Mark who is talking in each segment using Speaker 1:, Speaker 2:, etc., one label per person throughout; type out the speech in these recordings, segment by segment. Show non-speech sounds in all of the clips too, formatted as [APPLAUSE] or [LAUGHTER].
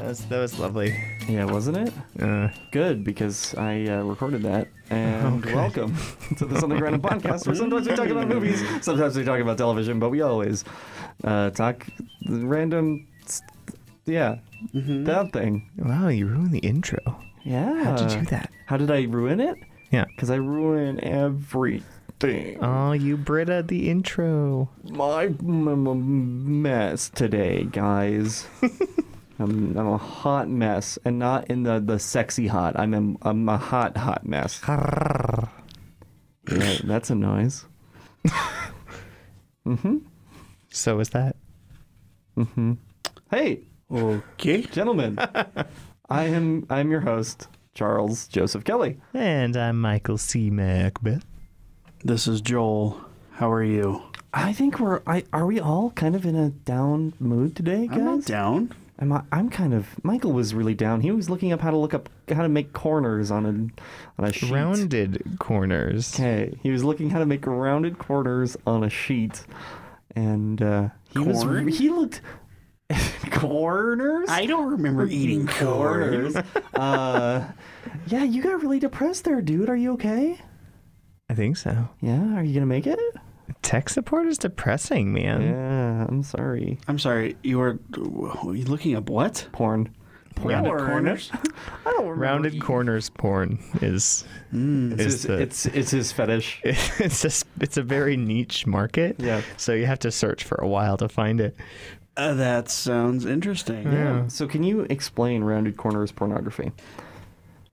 Speaker 1: was that was lovely.
Speaker 2: Yeah, wasn't it?
Speaker 1: Uh,
Speaker 2: Good because I uh, recorded that. And
Speaker 1: Okay.
Speaker 2: welcome to this underground podcast where sometimes we talk about movies, sometimes we talk about television, but we always uh, talk random, st- yeah, that thing.
Speaker 1: wow, you ruined the intro.
Speaker 2: Yeah.
Speaker 1: Mm-hmm. How'd you do that?
Speaker 2: How did I ruin it?
Speaker 1: Yeah.
Speaker 2: Because I ruin everything.
Speaker 1: Oh, you Brita the intro.
Speaker 2: My m- m- mess today,
Speaker 3: [LAUGHS]
Speaker 2: guys. I'm, I'm a hot mess, and not in the, the sexy hot. I'm a, I'm a hot hot mess. Yeah, that's a noise.
Speaker 1: So is that?
Speaker 2: Hey,
Speaker 3: Okay. [LAUGHS]
Speaker 2: gentlemen, I am I'm your host, Charles Joseph Kelly.
Speaker 1: And I'm Michael C. Macbeth.
Speaker 3: This is Joel. How are you?
Speaker 2: I think we're I are we all kind of in a down mood today, guys?
Speaker 3: I'm not down.
Speaker 2: Am I, I'm kind of Michael was really down. He was looking up how to look up how to make corners on a on a sheet.
Speaker 1: Rounded corners.
Speaker 2: Okay, he was looking how to make rounded corners on a sheet, and uh, he
Speaker 3: Corn?
Speaker 2: was he looked [LAUGHS] corners.
Speaker 3: I don't remember eating corn.
Speaker 2: uh, yeah, you got really depressed there, dude. Are you okay?
Speaker 1: I think so.
Speaker 2: Yeah, are you gonna make it?
Speaker 1: Tech support is depressing, man.
Speaker 2: Yeah, I'm sorry.
Speaker 3: I'm sorry. You were, were you looking up what?
Speaker 2: Porn.
Speaker 3: Rounded
Speaker 1: Porn.
Speaker 3: corners.
Speaker 2: I don't remember.
Speaker 1: Rounded corners porn is [LAUGHS] is
Speaker 2: It's,
Speaker 1: the,
Speaker 2: it's it's his fetish.
Speaker 1: it's a s- it's a very niche market.
Speaker 2: Yeah.
Speaker 1: So you have to search for a while to find it.
Speaker 3: Uh, that sounds interesting.
Speaker 1: Yeah.
Speaker 2: So can you explain rounded corners pornography?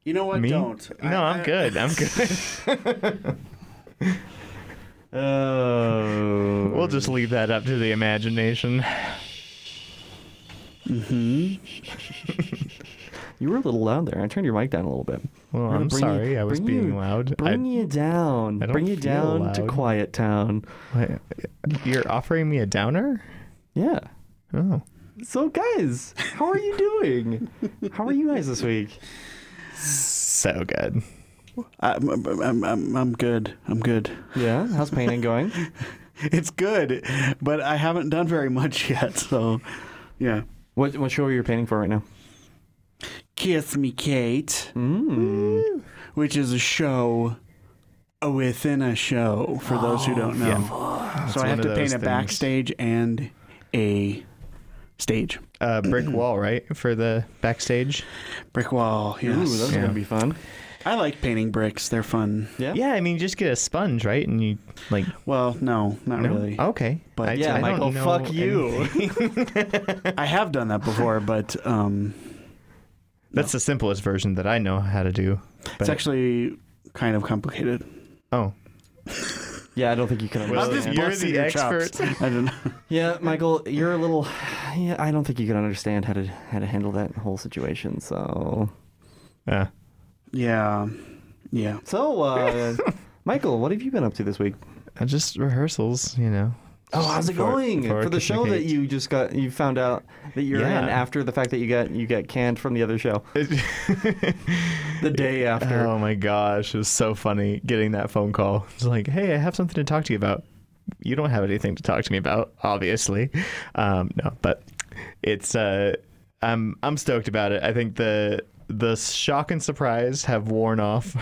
Speaker 3: You know what?
Speaker 1: Me?
Speaker 3: Don't. I-
Speaker 1: No, I'm
Speaker 3: I-
Speaker 1: good. I'm good. [LAUGHS]
Speaker 2: Oh.
Speaker 1: we'll just leave that up to the imagination.
Speaker 2: You were a little loud there. I turned your mic down a little bit.
Speaker 1: Well,
Speaker 2: We're gonna
Speaker 1: I'm
Speaker 2: bring
Speaker 1: sorry. I was
Speaker 2: bring
Speaker 1: being
Speaker 2: you-
Speaker 1: loud. I-
Speaker 2: Bring you down.
Speaker 1: I don't
Speaker 2: bring you
Speaker 1: feel
Speaker 2: down to
Speaker 1: loud.
Speaker 2: Quiet Town.
Speaker 1: What? You're offering me a downer?
Speaker 2: Yeah.
Speaker 1: Oh.
Speaker 2: So guys, how are you doing? how are you guys this week?
Speaker 1: So good.
Speaker 3: I'm, I'm, I'm, I'm, I'm good. I'm good. [LAUGHS]
Speaker 2: Yeah. How's painting going?
Speaker 3: It's good, but I haven't done very much [LAUGHS] yet. So, yeah.
Speaker 2: What what show are you painting for right now?
Speaker 3: Kiss Me Kate,
Speaker 2: Hmm.
Speaker 3: which is a show within a show for those who don't know. So I
Speaker 1: Oh, one
Speaker 3: have
Speaker 1: of
Speaker 3: to paint
Speaker 1: those
Speaker 3: a
Speaker 1: things.
Speaker 3: backstage and a stage.
Speaker 1: Uh,
Speaker 2: [CLEARS THROAT]
Speaker 1: brick wall, right? For the backstage?
Speaker 3: Brick wall, yes.
Speaker 2: Ooh, that's
Speaker 1: Yeah.
Speaker 2: gonna be fun.
Speaker 3: I like painting bricks. They're fun.
Speaker 2: Yeah.
Speaker 1: Yeah, I mean, just get a sponge, right? And you, like,
Speaker 3: Well, no, not really.
Speaker 1: okay.
Speaker 3: But-
Speaker 1: I,
Speaker 2: Yeah,
Speaker 1: I
Speaker 2: Michael,
Speaker 1: don't know
Speaker 2: fuck you.
Speaker 1: any-
Speaker 3: I have done that
Speaker 1: [LAUGHS]
Speaker 3: before, but um,
Speaker 1: That's the simplest version that I know how to do. But,
Speaker 3: it's actually kind of complicated.
Speaker 1: oh,
Speaker 2: [LAUGHS] Yeah, I don't think you can
Speaker 1: Well,
Speaker 3: I'm just
Speaker 2: understand.
Speaker 1: you're
Speaker 3: busting
Speaker 1: the
Speaker 3: your chops. I don't know. [LAUGHS]
Speaker 2: Yeah, Michael, you're a little yeah, I don't think you can understand how to how to handle that whole situation, so
Speaker 1: uh,
Speaker 3: Yeah, yeah.
Speaker 2: So [LAUGHS] uh Michael, what have you been up to this week?
Speaker 1: uh, just rehearsals, you know.
Speaker 2: Oh, how's it
Speaker 1: For-
Speaker 2: going for,
Speaker 1: for
Speaker 2: the show that
Speaker 1: Kate.
Speaker 2: you just got? You found out that you're
Speaker 1: Yeah.
Speaker 2: in after the fact that you got you got canned from the other show Um, the [LAUGHS] day after.
Speaker 1: Oh my gosh, it was so funny getting that phone call. It's like, hey, I have something to talk to you about. You don't have anything to talk to me about, obviously. Um, no, but it's uh, I'm I'm stoked about it. I think the the shock and surprise have worn off.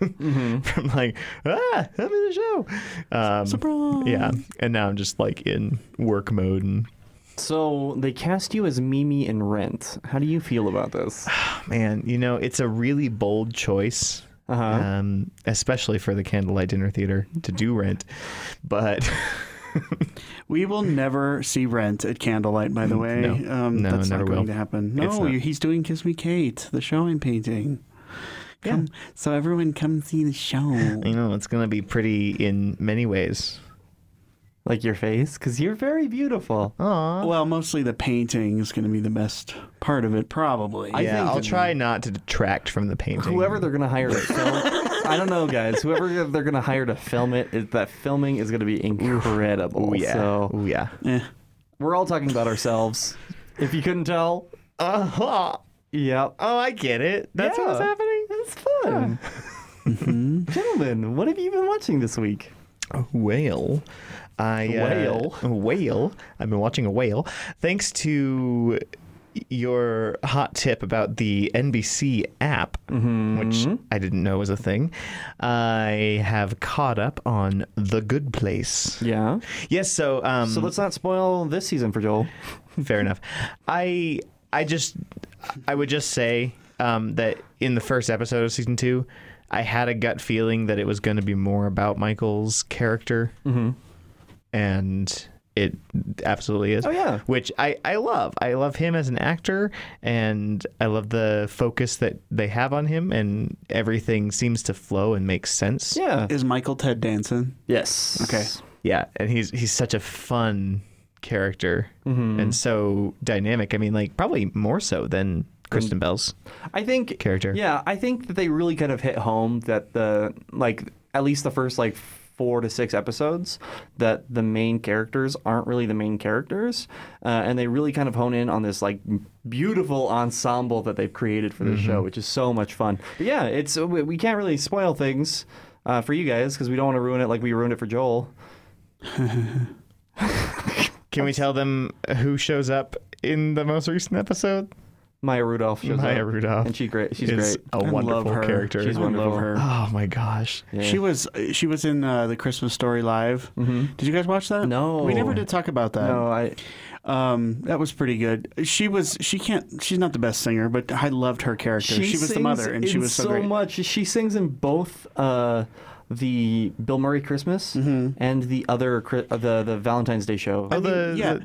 Speaker 1: [LAUGHS] from like ah I'm in the show um, surprise yeah and now I'm just like in work mode and
Speaker 2: So they cast you as Mimi in Rent. How do you feel about this?
Speaker 1: man, you know, it's a really bold choice,
Speaker 2: Uh-huh.
Speaker 1: um, especially for the Candlelight Dinner Theater to do rent. But [LAUGHS]
Speaker 3: We will never see Rent at Candlelight, by the way.
Speaker 1: no.
Speaker 3: um,
Speaker 1: No,
Speaker 3: that's
Speaker 1: never
Speaker 3: not going
Speaker 1: will.
Speaker 3: to happen.
Speaker 1: It's
Speaker 3: No,
Speaker 1: not.
Speaker 3: he's doing Kiss Me Kate, the show I'm painting. Come, So everyone come see the show.
Speaker 1: you know, it's gonna be pretty in many ways.
Speaker 2: Like your face, because you're very beautiful.
Speaker 1: Aww.
Speaker 3: Well, mostly the painting is going to be the best part of it, probably.
Speaker 2: I
Speaker 1: yeah,
Speaker 2: think-
Speaker 1: I'll try not to detract from the painting.
Speaker 2: Whoever they're gonna hire to film, I don't know, guys. Whoever they're gonna hire to film it, it that filming is gonna be incredible.
Speaker 1: Ooh, yeah.
Speaker 2: So
Speaker 1: Ooh, yeah.
Speaker 3: Eh.
Speaker 2: we're all talking about ourselves. If you couldn't tell,
Speaker 1: Uh-huh.
Speaker 2: yep.
Speaker 1: [LAUGHS] Oh, I get it. That's
Speaker 2: Yeah.
Speaker 1: what's happening.
Speaker 2: It's fun. [LAUGHS] Gentlemen, what have you been watching this week?
Speaker 1: whale. I uh,
Speaker 2: Whale?
Speaker 1: whale. I've been watching a whale thanks to your hot tip about the NBC app, which I didn't know was a thing. I have caught up on The Good Place.
Speaker 2: Yeah.
Speaker 1: Yes, so um,
Speaker 2: So let's not spoil this season for Joel.
Speaker 1: [LAUGHS] fair enough. I I just I would just say um, that in the first episode of season two, I had a gut feeling that it was going to be more about Michael's character,
Speaker 2: Mm-hmm.
Speaker 1: and it absolutely is.
Speaker 2: Oh, yeah.
Speaker 1: which I I love. I love him as an actor, and I love the focus that they have on him, and everything seems to flow and make sense.
Speaker 2: Yeah.
Speaker 3: Is Michael Ted Danson?
Speaker 2: Yes.
Speaker 3: Okay.
Speaker 1: Yeah, and he's he's such a fun character
Speaker 2: Mm-hmm.
Speaker 1: and so dynamic. I mean, like probably more so than Kristen Bell's.
Speaker 2: I think
Speaker 1: Character.
Speaker 2: Mm. Yeah, I think that they really kind of hit home that the like at least the first like four to six episodes that the main characters aren't really the main characters, uh, and they really kind of hone in on this like beautiful ensemble that they've created for this
Speaker 1: Mm-hmm.
Speaker 2: show, which is so much fun. But yeah, it's uh, we we can't really spoil things uh, for you guys because we don't want to ruin it like we ruined it for Joel.
Speaker 1: Can we tell them who shows up in the most recent episode?
Speaker 2: Maya Rudolph, shows
Speaker 1: Maya
Speaker 2: up,
Speaker 1: Rudolph
Speaker 2: and she great. She's
Speaker 1: is
Speaker 2: great.
Speaker 1: a
Speaker 3: I
Speaker 1: wonderful
Speaker 3: love her.
Speaker 1: character.
Speaker 2: She's
Speaker 3: I
Speaker 2: wonderful.
Speaker 3: love her.
Speaker 1: oh my gosh.
Speaker 2: Yeah.
Speaker 3: She was she was in uh, the Christmas Story live. Did you guys watch that?
Speaker 2: No.
Speaker 3: we never did talk about that.
Speaker 2: No, I
Speaker 3: Um, that was pretty good. She was she can't she's not the best singer, but I loved her character. She, was the
Speaker 2: sings
Speaker 3: mother, and she
Speaker 2: in
Speaker 3: was so, great.
Speaker 2: much. She sings in both uh, the Bill Murray Christmas
Speaker 3: Mm-hmm.
Speaker 2: and the other Chri- uh, the the Valentine's Day show.
Speaker 1: Oh, the,
Speaker 3: yeah.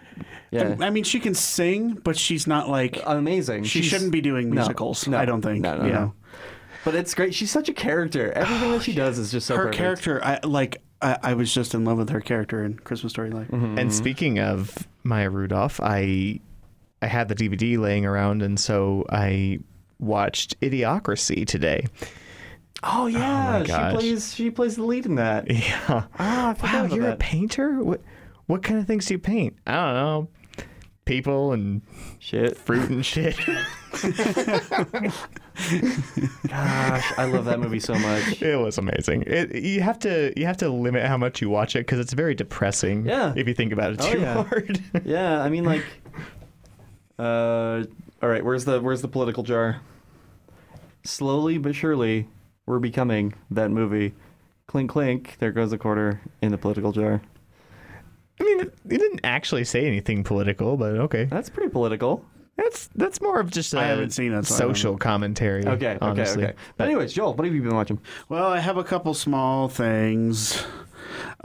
Speaker 2: Yeah. Uh,
Speaker 3: I, I mean, she can sing, but she's not like
Speaker 2: Amazing.
Speaker 3: she
Speaker 2: She's-
Speaker 3: shouldn't be doing
Speaker 2: No,
Speaker 3: musicals.
Speaker 2: no,
Speaker 3: I don't think.
Speaker 2: No, no,
Speaker 3: you
Speaker 2: no.
Speaker 3: know.
Speaker 2: But it's great. She's such a character. Everything that she does is just so
Speaker 3: Oh, her
Speaker 2: perfect.
Speaker 3: character, I like. I, I was just in love with her character in Christmas Story live.
Speaker 2: Mm-hmm.
Speaker 1: the- and speaking of Maya Rudolph, I I had the DVD laying around, and so I watched Idiocracy
Speaker 2: [LAUGHS]
Speaker 1: today.
Speaker 2: Oh yeah,
Speaker 1: gosh.
Speaker 2: she plays. She plays the lead in
Speaker 3: [LAUGHS]
Speaker 2: that.
Speaker 1: Yeah.
Speaker 2: Ah, I forgot
Speaker 1: Wow,
Speaker 2: about
Speaker 1: you're a
Speaker 2: that.
Speaker 1: painter? What what kind of things do you paint? I don't know. People and
Speaker 2: Shit. [LAUGHS]
Speaker 1: fruit and shit.
Speaker 2: Gosh, I love that movie so much.
Speaker 1: it was amazing. It, you have to you have to limit how much you watch it because it's very depressing.
Speaker 2: Yeah.
Speaker 1: If you think about it
Speaker 2: Oh,
Speaker 1: too
Speaker 2: yeah.
Speaker 1: hard. [LAUGHS]
Speaker 2: Yeah, I mean like. Uh, all right. Where's the where's the political jar? Slowly but surely, we're becoming that movie. Clink clink. There goes a quarter in the political jar.
Speaker 1: I mean, it didn't actually say anything political, but okay.
Speaker 2: That's pretty political.
Speaker 1: That's that's more of just a
Speaker 3: I haven't seen it, so I don't
Speaker 1: social commentary.
Speaker 2: Okay.
Speaker 1: honestly.
Speaker 2: Okay. Okay. But anyways, Joel, what have you been watching?
Speaker 3: Well, I have a couple small things.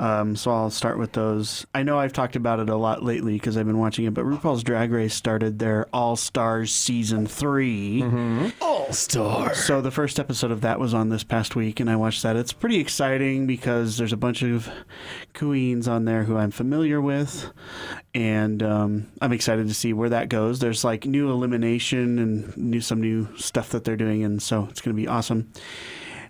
Speaker 3: Um, so I'll start with those. I know I've talked about it a lot lately because I've been watching it, but RuPaul's Drag Race started their All Stars season 3
Speaker 2: Mm-hmm.
Speaker 1: All star.
Speaker 3: So the first episode of that was on this past week, and I watched that. It's pretty exciting because there's a bunch of queens on there who I'm familiar with, and um, I'm excited to see where that goes. There's like new elimination and new some new stuff that they're doing, and so it's going to be awesome.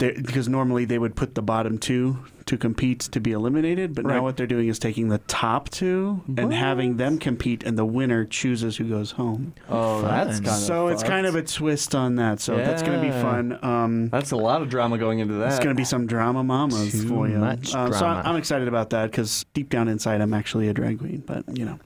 Speaker 3: They- because normally they would put the bottom two to compete to be eliminated, but
Speaker 2: Right.
Speaker 3: now what they're doing is taking the top two and having them compete, and the winner chooses who goes home.
Speaker 2: Oh, that's
Speaker 1: Fun.
Speaker 2: kind of.
Speaker 3: So it's kind of a twist on that. So that's going to be
Speaker 2: Yeah.
Speaker 3: fun. Um,
Speaker 2: That's a lot of drama going into that.
Speaker 3: it's going to be some drama mamas
Speaker 1: Too
Speaker 3: for you.
Speaker 1: much
Speaker 3: Um, So
Speaker 1: drama.
Speaker 3: I'm, I'm excited about that because deep down inside, I'm actually a drag queen. But you know,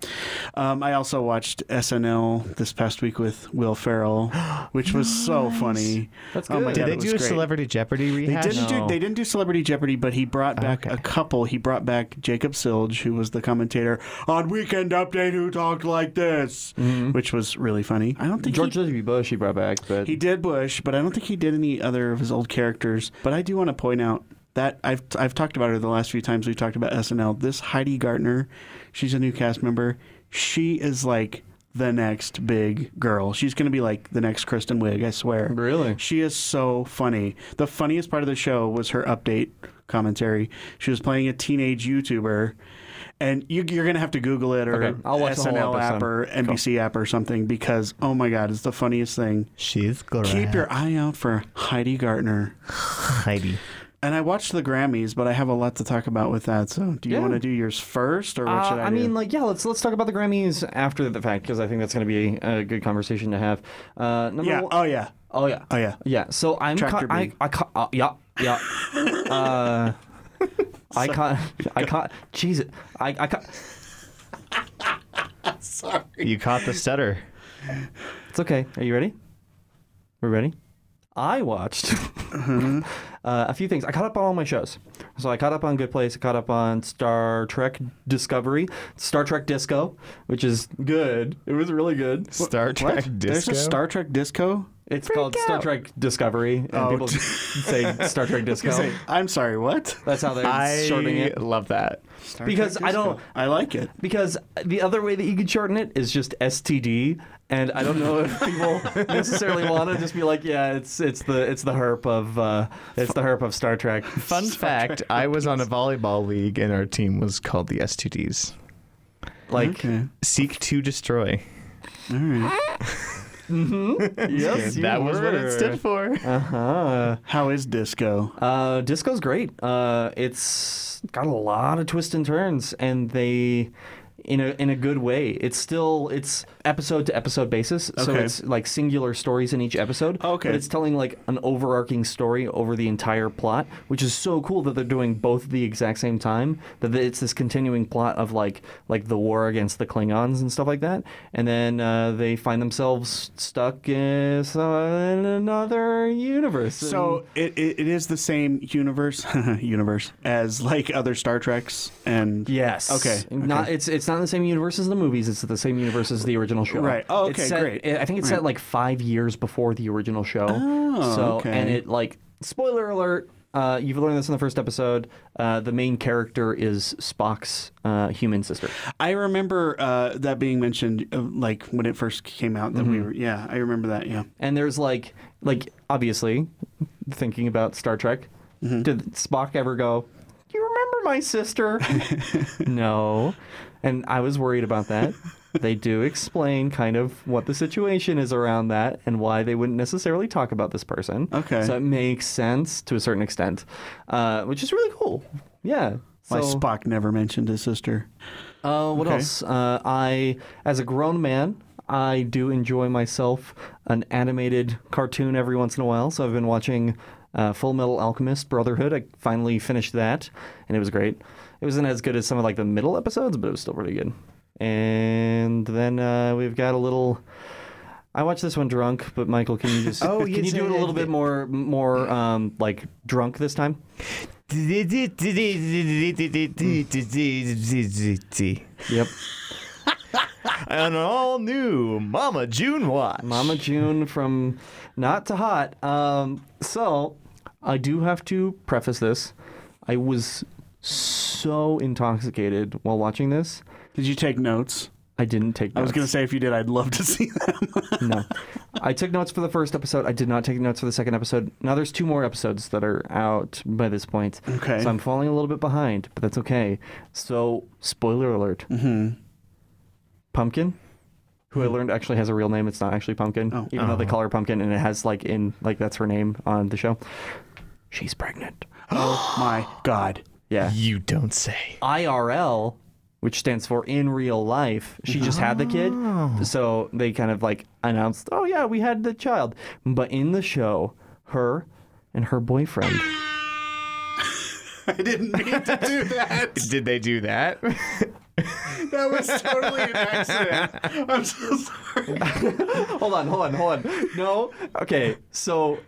Speaker 3: um, I also watched SNL this past week with
Speaker 2: [GASPS]
Speaker 3: Will Ferrell, which was so funny.
Speaker 2: That's
Speaker 3: Oh my
Speaker 2: good.
Speaker 1: Did
Speaker 3: God,
Speaker 1: they
Speaker 3: it
Speaker 1: do a
Speaker 3: was great.
Speaker 1: celebrity Jeopardy
Speaker 3: They
Speaker 1: rehash?
Speaker 3: didn't
Speaker 2: No. Oh,
Speaker 3: do they didn't do Celebrity Jeopardy, but he brought back
Speaker 1: Okay.
Speaker 3: a couple. He brought back Jacob Silge, who was the commentator on Weekend Update, who talked like this, which was really funny. I don't think he
Speaker 2: Mm-hmm. George W. Bush he brought back, but
Speaker 3: He did Bush, but I don't think he did any other of his old characters. But I do want to point out that I've I've talked about her the last few times we've talked about SNL. This Heidi Gardner, she's a new cast member. She is like the next big girl. She's going to be like the next Kristen Wiig, I swear.
Speaker 2: Really?
Speaker 3: She is so funny. The funniest part of the show was her update commentary. She was playing a teenage YouTuber, and you, you're going to have to Google it or
Speaker 2: Okay, I'll watch the whole
Speaker 3: SNL app
Speaker 2: episode.
Speaker 3: or NBC app or something because oh my god, it's the funniest thing.
Speaker 1: She's great.
Speaker 3: Keep your eye out for Heidi Gardner.
Speaker 1: Heidi.
Speaker 3: And I watched the Grammys, but I have a lot to talk about with that. So, do you
Speaker 2: Yeah.
Speaker 3: want to do yours first, or what
Speaker 2: Uh,
Speaker 3: should I,
Speaker 2: I
Speaker 3: do?
Speaker 2: mean, like, yeah, let's let's talk about the Grammys after the fact because I think that's going to be a good conversation to have. Uh, number
Speaker 3: yeah,
Speaker 2: one-
Speaker 3: oh yeah,
Speaker 2: oh yeah,
Speaker 3: oh yeah.
Speaker 2: yeah. So I'm,
Speaker 3: Tractor
Speaker 2: ca- I,
Speaker 3: beam.
Speaker 2: I, ca- uh, yeah, yeah. uh, I caught, I caught, Jesus, I, I caught.
Speaker 1: You caught the stutter.
Speaker 2: It's okay. Are you ready? We're ready. I watched [LAUGHS] uh, a few things. I caught up on all my shows. So I caught up on Good Place. I caught up on Star Trek Discovery, Star Trek Disco, which is good. It was really good.
Speaker 1: Star Trek
Speaker 3: What?
Speaker 1: Disco.
Speaker 3: There's a Star Trek disco?
Speaker 2: It's called Star
Speaker 1: out.
Speaker 2: Trek Discovery, and
Speaker 3: Oh.
Speaker 2: people say Star Trek Disco.
Speaker 3: Say, I'm sorry, [LAUGHS] what?
Speaker 2: That's how they're shortening
Speaker 1: I
Speaker 2: it.
Speaker 1: love that.
Speaker 3: Star
Speaker 2: Because I don't-
Speaker 3: disco. I like it.
Speaker 2: Because the other way that you could shorten it is just STD, and I don't know
Speaker 1: [LAUGHS]
Speaker 2: if people necessarily want to just be like, yeah, it's it's the it's the herp of uh, it's the herp of Star Trek.
Speaker 1: Fun fact: I was on a volleyball league, and our team was called the S2Ds.
Speaker 2: Like,
Speaker 3: Okay.
Speaker 1: Seek to destroy.
Speaker 3: All right.
Speaker 2: yes, you
Speaker 1: that was what it stood for.
Speaker 2: Uh huh.
Speaker 3: How is disco?
Speaker 2: Uh, disco's great. Uh, it's got a lot of twists and turns, and they. In a, in a good way. It's still it's episode to episode basis, so
Speaker 3: Okay. Oh,
Speaker 2: it's like singular stories in each episode.
Speaker 3: Okay.
Speaker 2: but it's telling like an overarching story over the entire plot, which is so cool that they're doing both at the exact same time. That it's this continuing plot of like like the war against the Klingons and stuff like that, and then uh, they find themselves stuck in, in another universe. and-
Speaker 3: So it, it, it is the same universe [LAUGHS] universe as like other Star Treks and
Speaker 2: Yes.
Speaker 3: Okay,
Speaker 2: Not it's it's not in the same universe as the movies. It's the same universe as the original show.
Speaker 3: Right. Oh,
Speaker 2: It's
Speaker 3: okay,
Speaker 2: set-
Speaker 3: great.
Speaker 2: I think it's set like five years before the original show.
Speaker 3: Oh,
Speaker 2: so,
Speaker 3: okay.
Speaker 2: And it like spoiler alert. Uh, you've learned this in the first episode. Uh, the main character is Spock's uh, human sister.
Speaker 3: I remember uh, that being mentioned uh, like when it first came out that we were yeah I remember that yeah
Speaker 2: And there's like like obviously thinking about Star Trek. Did Spock ever go? Do you remember my sister? no. And I was worried about that. they do explain kind of what the situation is around that and why they wouldn't necessarily talk about this person.
Speaker 3: Okay.
Speaker 2: So it makes sense to a certain extent, uh, which is really cool. Yeah.
Speaker 3: why
Speaker 2: so,
Speaker 3: Spock never mentioned his sister
Speaker 2: uh, what
Speaker 3: Okay.
Speaker 2: else? Uh, I, as a grown man, I do enjoy myself an animated cartoon every once in a while. So I've been watching uh, Full Metal Alchemist Brotherhood. I finally finished that, and it was great. It wasn't as good as some of like the middle episodes, but it was still pretty good. And then uh, we've got a little. I watched this one drunk, but Michael, can you just
Speaker 1: [LAUGHS] Oh,
Speaker 2: can
Speaker 1: yes,
Speaker 2: you do
Speaker 1: I
Speaker 2: it a little
Speaker 1: did.
Speaker 2: bit more more um, like drunk this time? Yep.
Speaker 1: [LAUGHS] An all new Mama June watch.
Speaker 2: Mama June from not to hot. Um, so I do have to preface this. I was so intoxicated while watching this.
Speaker 3: did you take notes
Speaker 2: I didn't take notes.
Speaker 3: I was gonna say if you did I'd love to see [LAUGHS] them
Speaker 2: no. I took notes for the first episode. I did not take notes for the second episode. Now there's two more episodes that are out by this point.
Speaker 3: Okay.
Speaker 2: So I'm falling a little bit behind, but that's okay. So spoiler alert. Mm-hmm. Pumpkin, who I learned actually has a real name. It's not actually Pumpkin,
Speaker 3: Hmm. Oh.
Speaker 2: even though they call her Pumpkin, and it has like in like that's her name on the show. She's pregnant.
Speaker 3: oh my God
Speaker 2: Yeah.
Speaker 1: You don't say.
Speaker 2: IRL, which stands for in real life, she just had the kid. So they kind of like announced, oh, yeah, we had the child. But in the show, her and her boyfriend.
Speaker 3: [LAUGHS] I didn't mean to do that
Speaker 1: Did they do that? [LAUGHS]
Speaker 3: that was totally an accident I'm so sorry
Speaker 2: [GASPS] hold on, hold on, hold on. No? Okay, so.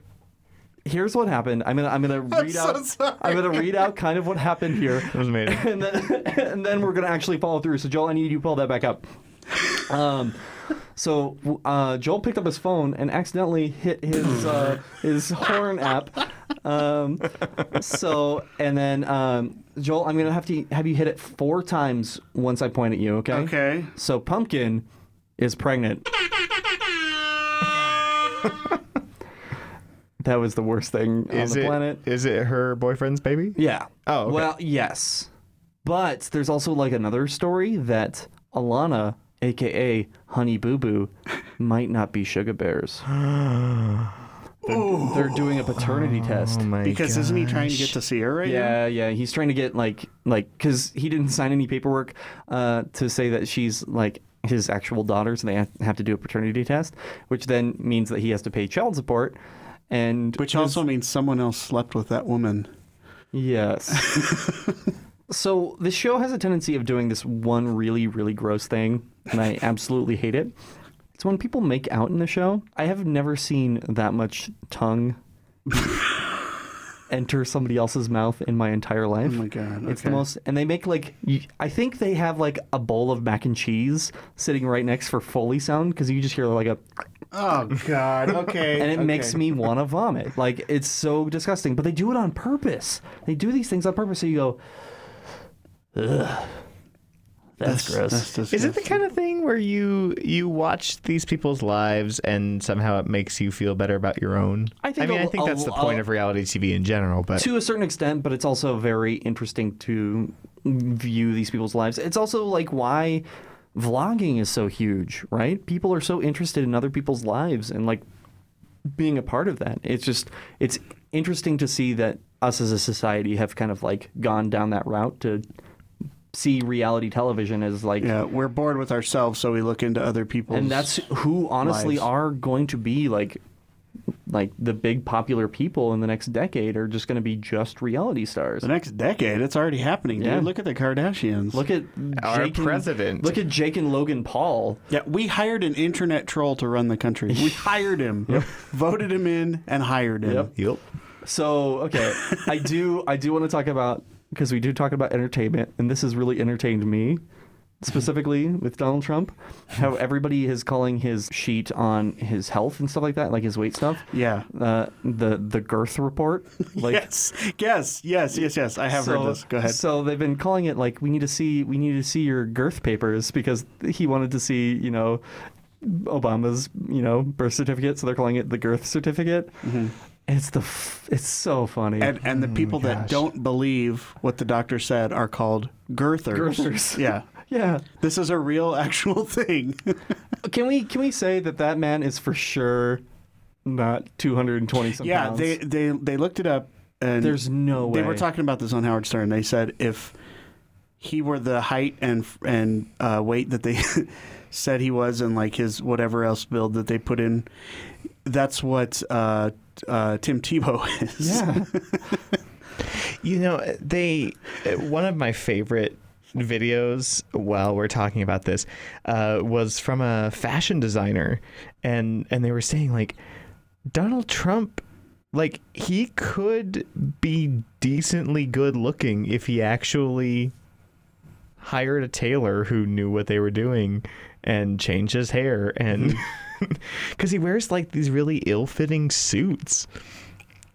Speaker 2: Here's what happened. I'm gonna I'm gonna read
Speaker 3: so
Speaker 2: out
Speaker 3: sorry.
Speaker 2: I'm gonna read out kind of what happened [LAUGHS] here.
Speaker 1: That was amazing.
Speaker 2: and then and then we're gonna actually follow through. So Joel, I need you to pull that back up. Um, so uh, Joel picked up his phone and accidentally hit his uh, his horn app. Um, so and then um, Joel, I'm gonna have to have you hit it four times once I point at you. Okay.
Speaker 3: okay [LAUGHS]
Speaker 2: So pumpkin is
Speaker 1: [LAUGHS]
Speaker 2: pregnant. that was the worst thing
Speaker 1: Is
Speaker 2: on the
Speaker 1: it?
Speaker 2: planet.
Speaker 1: Is it her boyfriend's baby?
Speaker 2: Yeah.
Speaker 1: Oh, okay.
Speaker 2: Well, yes. But there's also like another story that Alana, aka Honey Boo [LAUGHS] Boo, might not be Sugar Bears. [GASPS] they're, they're doing a paternity test.
Speaker 1: My
Speaker 3: because
Speaker 1: God.
Speaker 3: isn't he trying to get to see her right now?
Speaker 2: Um, Yeah, yeah. He's trying to get like like because he didn't sign any paperwork uh, to say that she's like his actual daughter, so they ha- have to do a paternity test, which then means that he has to pay child support. And
Speaker 3: which also means someone else slept with that woman.
Speaker 2: Yes.
Speaker 3: [LAUGHS]
Speaker 2: so the show has a tendency of doing this one really, really gross thing, and I absolutely hate it. It's when people make out in the show. I have never seen that much
Speaker 3: [LAUGHS]
Speaker 2: tongue enter somebody else's mouth in my entire life.
Speaker 3: Oh my God,
Speaker 2: It's the
Speaker 3: okay.
Speaker 2: most, and they make like you- I think they have like a bowl of mac and cheese sitting right next for Foley sound because you just hear like a,
Speaker 3: Oh [LAUGHS] God. Okay.
Speaker 2: and it makes me want to vomit. Like it's so disgusting, but they do it on purpose. They do these things on purpose. So you go, Ugh, that's, gross.
Speaker 1: Is it the kind of thing where you you watch these people's lives and somehow it makes you feel better about your own?
Speaker 2: I think
Speaker 1: I mean,
Speaker 2: a-
Speaker 1: I think
Speaker 2: a-
Speaker 1: that's the point
Speaker 2: a-
Speaker 1: of reality TV in general. But
Speaker 2: to a certain extent, but it's also very interesting to view these people's lives. It's also like why vlogging is so huge, right? People are so interested in other people's lives and like being a part of that. It's just it's interesting to see that us as a society have kind of like gone down that route to see reality television as like
Speaker 3: Yeah, we're bored with ourselves, so we look into other people's.
Speaker 2: and that's who honestly
Speaker 3: lives.
Speaker 2: are going to be like like the big popular people in the next decade are just going to be just reality stars.
Speaker 3: the next decade. It's already happening, dude.
Speaker 2: Yeah.
Speaker 3: Look at the Kardashians.
Speaker 2: Look at
Speaker 1: Our
Speaker 2: Jake
Speaker 1: president.
Speaker 2: And, look at Jake and Logan Paul.
Speaker 3: Yeah, we hired an internet troll to run the country.
Speaker 2: [LAUGHS]
Speaker 3: We hired him, voted him in, and hired him.
Speaker 2: Yep.
Speaker 1: yep.
Speaker 2: So okay, I do I do want to talk about because we do talk about entertainment, and this has really entertained me specifically with Donald Trump. How everybody is calling his sheet on his health and stuff like that, like his weight stuff.
Speaker 3: Yeah.
Speaker 2: Uh, the the girth report. Like
Speaker 3: yes, yes, yes, yes, yes. I have heard this. Go ahead.
Speaker 2: So they've been calling it like we need to see we need to see your girth papers because he wanted to see you know Obama's you know birth certificate. So they're calling it the girth certificate. It's the f- it's so funny.
Speaker 3: Mm-hmm. and and the people that don't believe what the doctor said are called girthers.
Speaker 2: Girthers.
Speaker 3: Yeah.
Speaker 2: yeah.
Speaker 3: This is a real [LAUGHS] actual thing.
Speaker 2: Can we can we say that that man is for sure not 220 some
Speaker 3: yeah,
Speaker 2: pounds?
Speaker 3: they, they they looked it up and
Speaker 2: There's no
Speaker 3: They
Speaker 2: way.
Speaker 3: were talking about this on Howard Stern. They said if he were the height and and uh, weight that they [LAUGHS] said he was, and like his whatever else build that they put in, that's what uh, uh, Tim Tebow [LAUGHS] is.
Speaker 2: Yeah.
Speaker 1: You know, they one of my favorite videos while we're talking about this uh, was from a fashion designer, and and they were saying like Donald Trump, like he could be decently good looking if he actually hired a tailor who knew what they were doing and changed his hair and Mm-hmm. [LAUGHS] because he wears like these really ill-fitting suits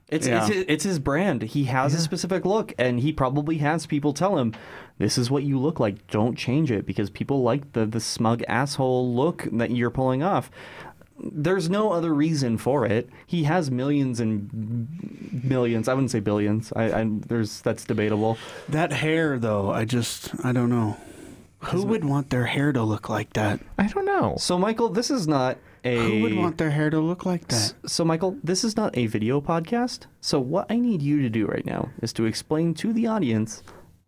Speaker 2: It's,
Speaker 3: Yeah.
Speaker 2: it's, his, it's his brand. He has a specific look, and he probably has people tell him, "This is what you look like. Don't change it because people like the the smug asshole look that you're pulling off." There's no other reason for it. He has millions and millions. I wouldn't say billions. I, I there's that's debatable.
Speaker 3: That hair, though, I just I don't know. Who would want their hair to look like that?
Speaker 1: i don't know
Speaker 2: So Michael, this is not a.
Speaker 3: Who would want their hair to look
Speaker 2: [LAUGHS]
Speaker 3: like that?
Speaker 2: So, Michael, this is not a video podcast. So, what I need you to do right now is to explain to the audience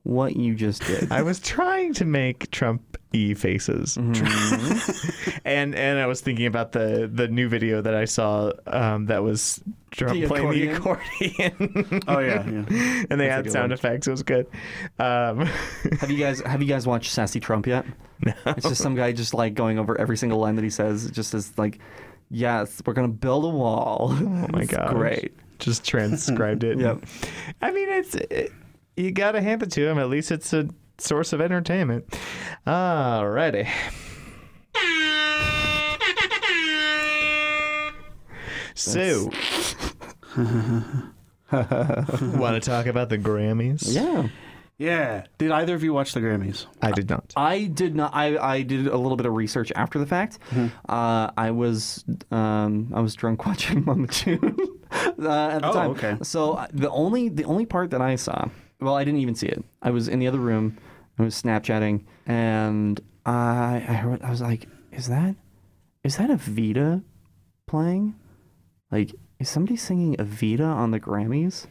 Speaker 2: what you just did.
Speaker 1: I was trying to make Trump e faces,
Speaker 2: Mm-hmm.
Speaker 1: [LAUGHS] and and I was thinking about the the new video that I saw um, that was Trump
Speaker 2: The
Speaker 1: playing the accordion, [LAUGHS]
Speaker 3: Oh yeah, yeah.
Speaker 1: and they
Speaker 2: That's a
Speaker 1: had
Speaker 2: good
Speaker 1: sound
Speaker 2: one.
Speaker 1: effects. It was good. Um, [LAUGHS]
Speaker 2: Have you guys have you guys watched Sassy Trump yet? No. It's just some guy just like going over every single line that he says, just as like, yes, we're gonna build a wall.
Speaker 1: oh my
Speaker 2: [LAUGHS]
Speaker 1: god,
Speaker 2: great.
Speaker 1: Just transcribed it.
Speaker 2: Yep.
Speaker 1: I mean, it's it, you gotta hand it to him. At least it's a source of entertainment. Alrighty. So, want to talk about the Grammys?
Speaker 2: Yeah.
Speaker 3: Yeah. Did either of you watch the Grammys?
Speaker 1: I did not.
Speaker 2: I did not. I, I did a little bit of research after the fact. Uh, I was um, I was drunk [LAUGHS] watching Mama June [LAUGHS] uh, at the
Speaker 3: Oh,
Speaker 2: time.
Speaker 3: okay.
Speaker 2: So uh, the only the only part that I saw, well, I didn't even see it. I was in the other room. I was Snapchatting, and I I, heard, I was like, is that is that a Vita playing? Like, is somebody singing Evita on the Grammys?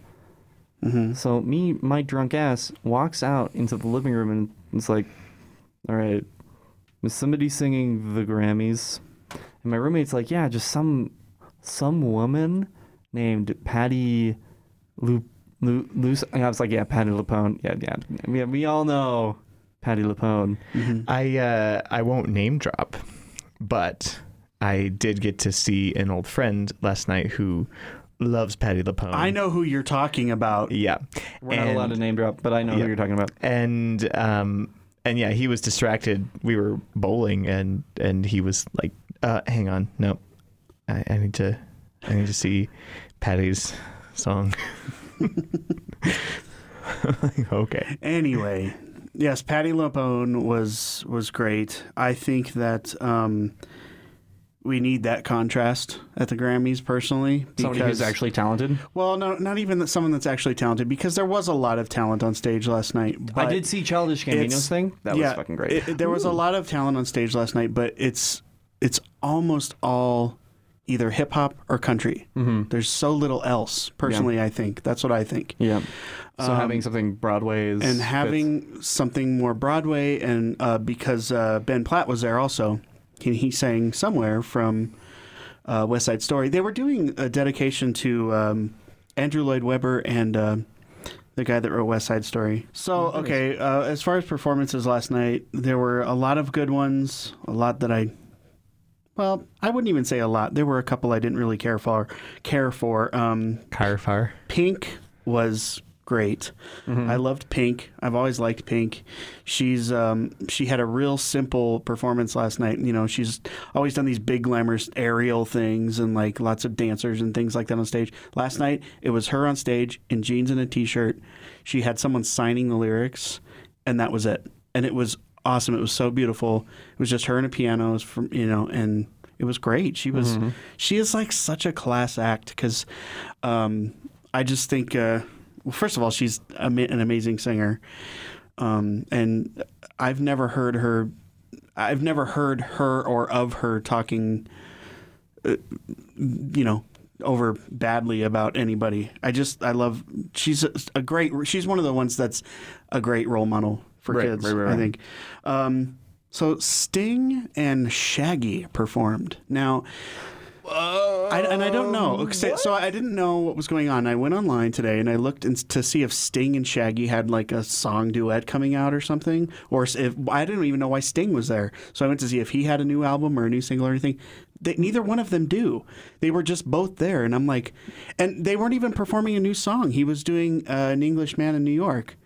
Speaker 3: Mm-hmm.
Speaker 2: So me, my drunk ass, walks out into the living room and it's like, all right, is somebody singing the Grammys? And my roommate's like, yeah, just some some woman named Patty Lu Lu Luce. And I was like, yeah, Patty Lapone. Yeah, yeah, yeah. We all know Patty Lapone.
Speaker 1: I uh, I won't name drop, but I did get to see an old friend last night who loves Patty LaPone.
Speaker 3: I know who you're talking about.
Speaker 1: Yeah.
Speaker 2: We're not allowed to name drop, but I know
Speaker 1: Yeah.
Speaker 2: who you're talking about.
Speaker 1: and um and yeah he was distracted we were bowling and and he was like uh hang on no i, I need to i need to see patty's song [LAUGHS] okay
Speaker 3: Anyway, yes, Patty LaPone was was great. I think that um, we need that contrast at the Grammys personally.
Speaker 2: Somebody who's actually talented.
Speaker 3: well, no, not even that someone that's actually talented because there was a lot of talent on stage last night. But
Speaker 2: I did see Childish
Speaker 3: it's-
Speaker 2: Gambino's thing. That
Speaker 3: yeah,
Speaker 2: was fucking great.
Speaker 3: it- it- there was a lot of talent on stage last night, but it's it's almost all either hip hop or country.
Speaker 2: Mm-hmm.
Speaker 3: There's so little else. Personally, I think that's what I think.
Speaker 2: yeah. So having something Broadway is
Speaker 3: Um, and having something more Broadway, and uh, because uh, Ben Platt was there also, and he sang somewhere from uh, West Side Story. They were doing a dedication to um, Andrew Lloyd Webber and uh, the guy that wrote West Side Story. So okay, uh, as far as performances last night, there were a lot of good ones, a lot that I. Well, I wouldn't even say a lot. There were a couple I didn't really care for. Care for. Um,
Speaker 1: carfar
Speaker 3: Pink was great. I loved Pink. I've always liked Pink. She's um, she had a real simple performance last night. You know, she's always done these big glamorous aerial things and like lots of dancers and things like that on stage. Last night it was her on stage in jeans and a t-shirt. She had someone signing the lyrics, and that was it. And it was awesome. It was so beautiful. It was just her and a piano. It was from you know and. It was great. She was, she is like such a class act because, um, I just think, uh, well, first of all, she's ama- an amazing singer, um, and I've never heard her. I've never heard her or of her talking, uh, you know, over badly about anybody. I just, I love. She's a, a great. She's one of the ones that's a great role model for
Speaker 2: Right,
Speaker 3: kids.
Speaker 2: right, right,
Speaker 3: I
Speaker 2: right.
Speaker 3: think. Um, so Sting and Shaggy performed. Now, I, and I don't
Speaker 2: Um,
Speaker 3: know. So, so I didn't know what was going on. I went online today and I looked in, to see if Sting and Shaggy had like a song duet coming out or something, or s- if I didn't even know why Sting was there. So I went to see if he had a new album or a new single or anything. They, neither one of them do. They were just both there, and I'm like, and they weren't even performing a new song. He was doing uh, an English Man in New York,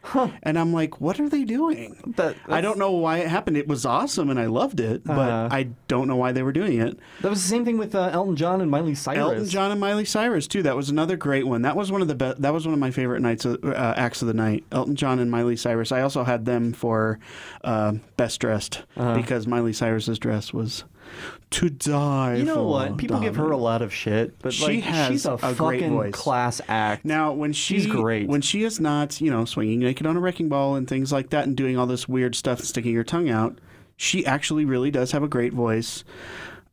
Speaker 3: and I'm like, what are they doing?
Speaker 2: That-
Speaker 3: I don't know why it happened. It was awesome, and I loved it, but
Speaker 2: Uh-huh.
Speaker 3: I don't know why they were doing it.
Speaker 2: that was the same thing with uh, Elton John and Miley Cyrus.
Speaker 3: Elton John and Miley Cyrus too. That was another great one. That was one of the best. That was one of my favorite nights of, uh, acts of the night. Elton John and Miley Cyrus. I also had them for uh, best dressed
Speaker 2: Uh-huh.
Speaker 3: because Miley Cyrus's dress was to die.
Speaker 2: You know
Speaker 3: for,
Speaker 2: what? People give her a
Speaker 3: darling.
Speaker 2: lot of shit, but
Speaker 3: She
Speaker 2: like,
Speaker 3: has
Speaker 2: she's a,
Speaker 3: a
Speaker 2: fucking
Speaker 3: great voice.
Speaker 2: class act.
Speaker 3: Now, when she,
Speaker 2: She's great.
Speaker 3: When she is not, you know, swinging naked on a wrecking ball and things like that, and doing all this weird stuff and sticking her tongue out, she actually really does have a great voice.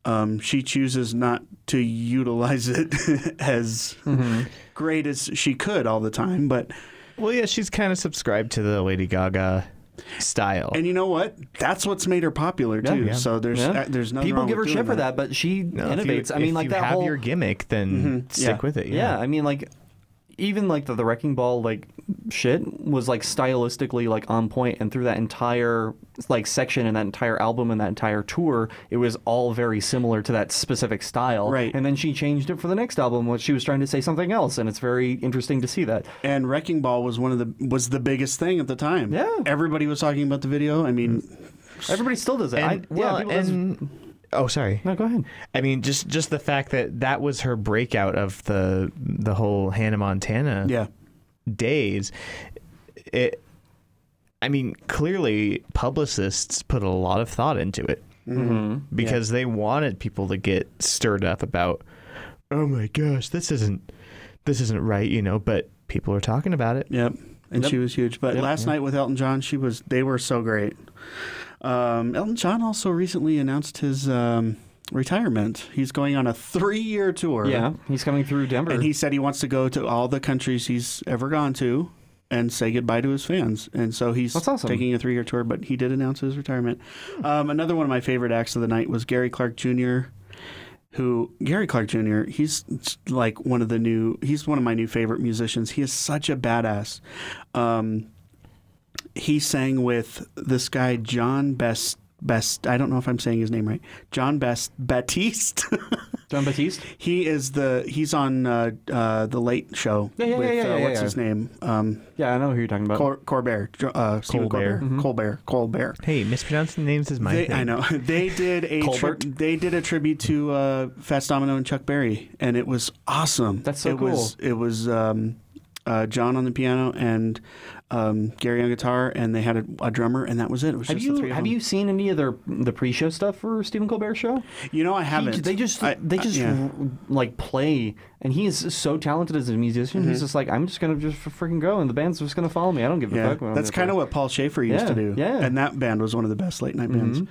Speaker 3: Um, she chooses not to utilize it [LAUGHS] as
Speaker 2: Mm-hmm.
Speaker 3: great as she could all the time, but
Speaker 1: well yeah she's kind of subscribed to the lady gaga style
Speaker 3: and you know what? That's what's made her popular too.
Speaker 1: Yeah.
Speaker 3: So there's
Speaker 2: Yeah.
Speaker 3: uh, there's nothing
Speaker 2: people
Speaker 3: wrong
Speaker 2: give her
Speaker 3: with
Speaker 2: shit
Speaker 3: doing
Speaker 2: for that, but she
Speaker 1: No, if you-
Speaker 2: innovates. I mean,
Speaker 1: if
Speaker 2: like
Speaker 1: you
Speaker 2: that
Speaker 1: have
Speaker 2: whole Mm-hmm.
Speaker 1: your gimmick then stick
Speaker 3: Yeah.
Speaker 1: with it
Speaker 2: yeah. I mean, like even like the, the wrecking ball like shit was like stylistically like on point, and through that entire like section and that entire album and that entire tour, it was all very similar to that specific style.
Speaker 3: Right.
Speaker 2: And then she changed it for the next album, when she was trying to say something else, and it's very interesting to see that.
Speaker 3: and wrecking ball was one of the was the biggest thing at the time.
Speaker 2: Yeah. Mm.
Speaker 3: everybody was talking about the video. I mean,
Speaker 2: Everybody still does it. I,
Speaker 1: And- well,
Speaker 2: yeah, people, that's-
Speaker 1: and- oh sorry
Speaker 2: no, go ahead.
Speaker 1: I mean, just just the fact that that was her breakout of the the whole Hannah Montana
Speaker 3: yeah,
Speaker 1: days. It, I mean, clearly publicists put a lot of thought into it
Speaker 3: Mm-hmm.
Speaker 1: Mm-hmm. because they wanted people to get stirred up about, oh my gosh, this isn't this isn't right, you know. But people are talking about it.
Speaker 3: Yep. And
Speaker 2: Yep.
Speaker 3: she was huge. But last night with Elton John, she was they were so great. Um, Elton John also recently announced his um, retirement. He's going on a three year tour.
Speaker 2: Yeah, he's coming through Denver.
Speaker 3: And he said he wants to go to all the countries he's ever gone to and say goodbye to his fans. And so he's
Speaker 2: That's awesome.
Speaker 3: taking a three year tour, but he did announce his retirement. Um, another one of my favorite acts of the night was Gary Clark Jr. Who Gary Clark Jr. He's like one of the new. He's one of my new favorite musicians. He is such a badass. Um, he sang with this guy John Best Best. I don't know if I'm saying his name right. John Best [LAUGHS] Batiste.
Speaker 2: John Batiste.
Speaker 3: he is the he's on uh, uh, the Late Show.
Speaker 2: Yeah, yeah,
Speaker 3: with,
Speaker 2: yeah, yeah,
Speaker 3: uh,
Speaker 2: yeah,
Speaker 3: What's
Speaker 2: yeah.
Speaker 3: his name? Um,
Speaker 2: Yeah, I know who you're talking about.
Speaker 3: Cor- Corbett. Jo- Uh, Stephen
Speaker 1: Colbert.
Speaker 3: Colbert.
Speaker 2: Mm-hmm.
Speaker 3: Colbert. Colbert.
Speaker 1: Hey, mispronouncing names is my
Speaker 3: They,
Speaker 1: thing.
Speaker 3: I know [LAUGHS] they did a tri-
Speaker 2: Colbert?
Speaker 3: they did a tribute to uh, Fats Domino and Chuck Berry, and it was awesome.
Speaker 2: That's so
Speaker 3: it Was, it was um, uh, John on the piano and um, Gary on guitar, and they had a, a drummer, and that was it. It was
Speaker 2: Have
Speaker 3: just the
Speaker 2: you
Speaker 3: three of
Speaker 2: have
Speaker 3: them.
Speaker 2: you seen any of their the pre-show stuff for Stephen Colbert show?
Speaker 3: You know, I haven't.
Speaker 2: He- they just
Speaker 3: I-
Speaker 2: they
Speaker 3: I-
Speaker 2: just
Speaker 3: yeah.
Speaker 2: r- like play, and he is so talented as a musician. He's
Speaker 3: Mm-hmm.
Speaker 2: just like, I'm just gonna just freaking go, and the band's just gonna follow me. I don't give a
Speaker 3: Yeah.
Speaker 2: fuck. what I'm
Speaker 3: that's
Speaker 2: gonna
Speaker 3: kind of
Speaker 2: play.
Speaker 3: what Paul Schaefer used
Speaker 2: Yeah,
Speaker 3: to do.
Speaker 2: yeah. Mm-hmm.
Speaker 3: and that band was one of the best late night bands.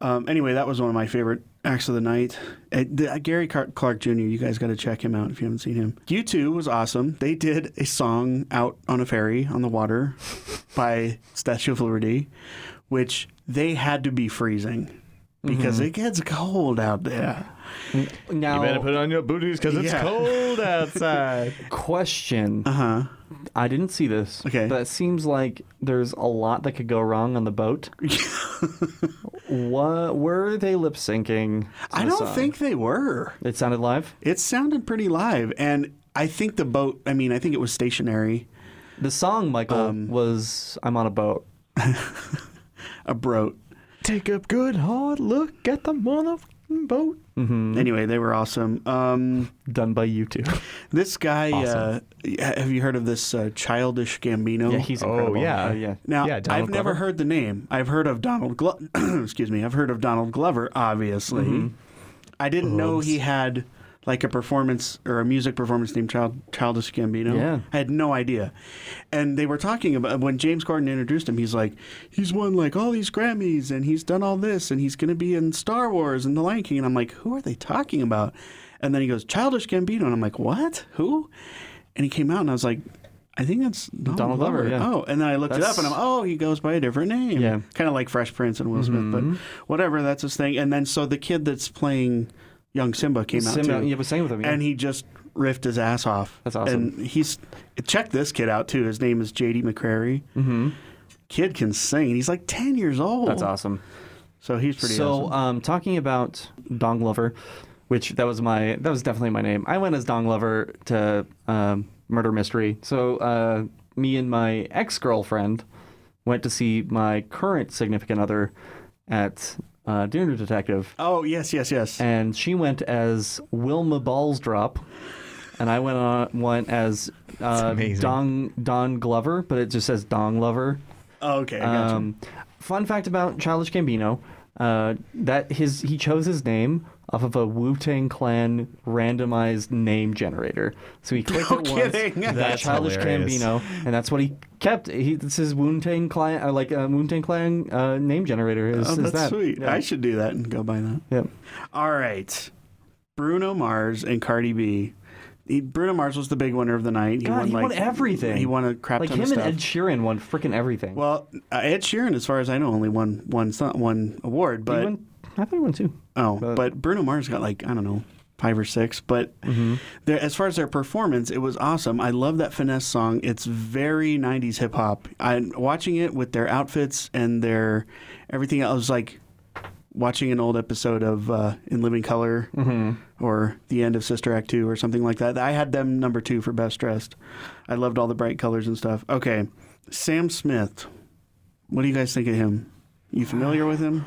Speaker 3: Um, anyway, that was one of my favorite acts of the night. Uh, the- uh, Gary Car- Clark Jr. You guys got to check him out if you haven't seen him. U two was awesome. They did a song out on a ferry on the
Speaker 2: [LAUGHS]
Speaker 3: water by Statue of Liberty, which they had to be freezing because
Speaker 2: Mm-hmm.
Speaker 3: it gets cold out there.
Speaker 2: now.
Speaker 1: You better put on your booties because it's
Speaker 3: Yeah.
Speaker 1: cold outside.
Speaker 2: question.
Speaker 3: Uh huh.
Speaker 2: I didn't see this.
Speaker 3: Okay.
Speaker 2: But it seems like there's a lot that could go wrong on the
Speaker 3: [LAUGHS]
Speaker 2: boat. what were they lip syncing? to
Speaker 3: I
Speaker 2: the
Speaker 3: don't
Speaker 2: song?
Speaker 3: think they were.
Speaker 2: it sounded live.
Speaker 3: It sounded pretty live, and I think the boat. I mean, I think it was stationary.
Speaker 2: The song, Michael,
Speaker 3: Um,
Speaker 2: was "I'm on a boat."
Speaker 3: a broat.
Speaker 1: [LAUGHS] Take a good hard look at the motherfucking boat.
Speaker 2: Mm-hmm.
Speaker 3: Anyway, they were awesome. Um,
Speaker 2: Done by you two.
Speaker 3: this guy, uh, have you heard of this uh, childish Gambino?
Speaker 2: yeah, he's
Speaker 1: Oh,
Speaker 2: incredible.
Speaker 1: yeah.
Speaker 2: Uh, yeah.
Speaker 3: now
Speaker 1: yeah, Donald
Speaker 3: I've never
Speaker 1: Glover.
Speaker 3: heard the name. I've heard of Donald. Glo- [CLEARS THROAT] excuse me. I've heard of Donald Glover. Obviously,
Speaker 2: Mm-hmm.
Speaker 3: I didn't know he had like a performance or a music performance named Child, Childish Gambino.
Speaker 2: Yeah.
Speaker 3: I had no idea. And they were talking about when James Corden introduced him. He's like, he's won like all these Grammys, and he's done all this, and he's going to be in Star Wars and The Lion King. And I'm like, who are they talking about? And then he goes, Childish Gambino, and I'm like, what? Who? And he came out, and I was like, I think that's Donald,
Speaker 2: Donald Glover,
Speaker 3: Glover.
Speaker 2: yeah.
Speaker 3: Oh, and then I looked it up, and I'm, oh, he goes by a different name.
Speaker 2: Yeah. Mm-hmm.
Speaker 3: kind of like Fresh Prince and Will Smith, but whatever, that's his thing. And then so the kid that's playing young Simba came
Speaker 2: Simba-
Speaker 3: out too,
Speaker 2: yeah, was sang with him. Yeah.
Speaker 3: and he just riffed his ass off.
Speaker 2: That's awesome.
Speaker 3: And he's check this kid out too. His name is J.D. McCrary. Mm-hmm. Kid can sing, and he's like ten years old.
Speaker 2: That's awesome.
Speaker 3: So he's pretty.
Speaker 2: so,
Speaker 3: awesome.
Speaker 2: um, talking about Dong Lover, which that was my that was definitely my name. I went as Dong Lover to um, Murder Mystery. So, uh, me and my ex girlfriend went to see my current significant other at uh, Dinner Detective,
Speaker 3: oh yes, yes, yes.
Speaker 2: and she went as Wilma Ballsdrop, and I went on went as uh,
Speaker 1: amazing.
Speaker 2: Dong Don Glover, but it just says Dong Lover.
Speaker 3: oh, okay, I gotcha.
Speaker 2: Um, fun fact about Childish Gambino: uh, that his he chose his name off of a Wu Tang Clan randomized name generator. So he
Speaker 3: [LAUGHS]
Speaker 2: clicked
Speaker 3: No
Speaker 2: it
Speaker 3: kidding.
Speaker 2: once.
Speaker 1: That's
Speaker 2: Childish
Speaker 1: hilarious.
Speaker 2: Gambino, and that's what he kept. He this is Wu Tang Clan, uh, like uh, Wu Tang Clan uh, name generator. Is,
Speaker 3: oh,
Speaker 2: is
Speaker 3: that's
Speaker 2: that.
Speaker 3: sweet.
Speaker 2: Yeah.
Speaker 3: I should do that and go buy that.
Speaker 2: Yep.
Speaker 3: All right. Bruno Mars and Cardi B. He- Bruno Mars was the big winner of the night. He
Speaker 2: God, he won everything.
Speaker 3: He won a crap
Speaker 2: Like
Speaker 3: ton
Speaker 2: him
Speaker 3: of
Speaker 2: and
Speaker 3: stuff.
Speaker 2: Ed Sheeran won freaking everything.
Speaker 3: well, uh, Ed Sheeran, as far as I know, only won one so- one award,
Speaker 2: he
Speaker 3: but
Speaker 2: won, I thought he won two.
Speaker 3: oh, but, Bruno Mars got like I don't know five or six. But their- as far as their performance, it was awesome. I love that finesse song. It's very '90s hip hop. I watching it with their outfits and their everything. I was like watching an old episode of uh, In Living Color or the end of Sister Act 2 or something like that. I had them number two for best dressed. I loved all the bright colors and stuff. Okay, Sam Smith. What do you guys think of him? You familiar with him?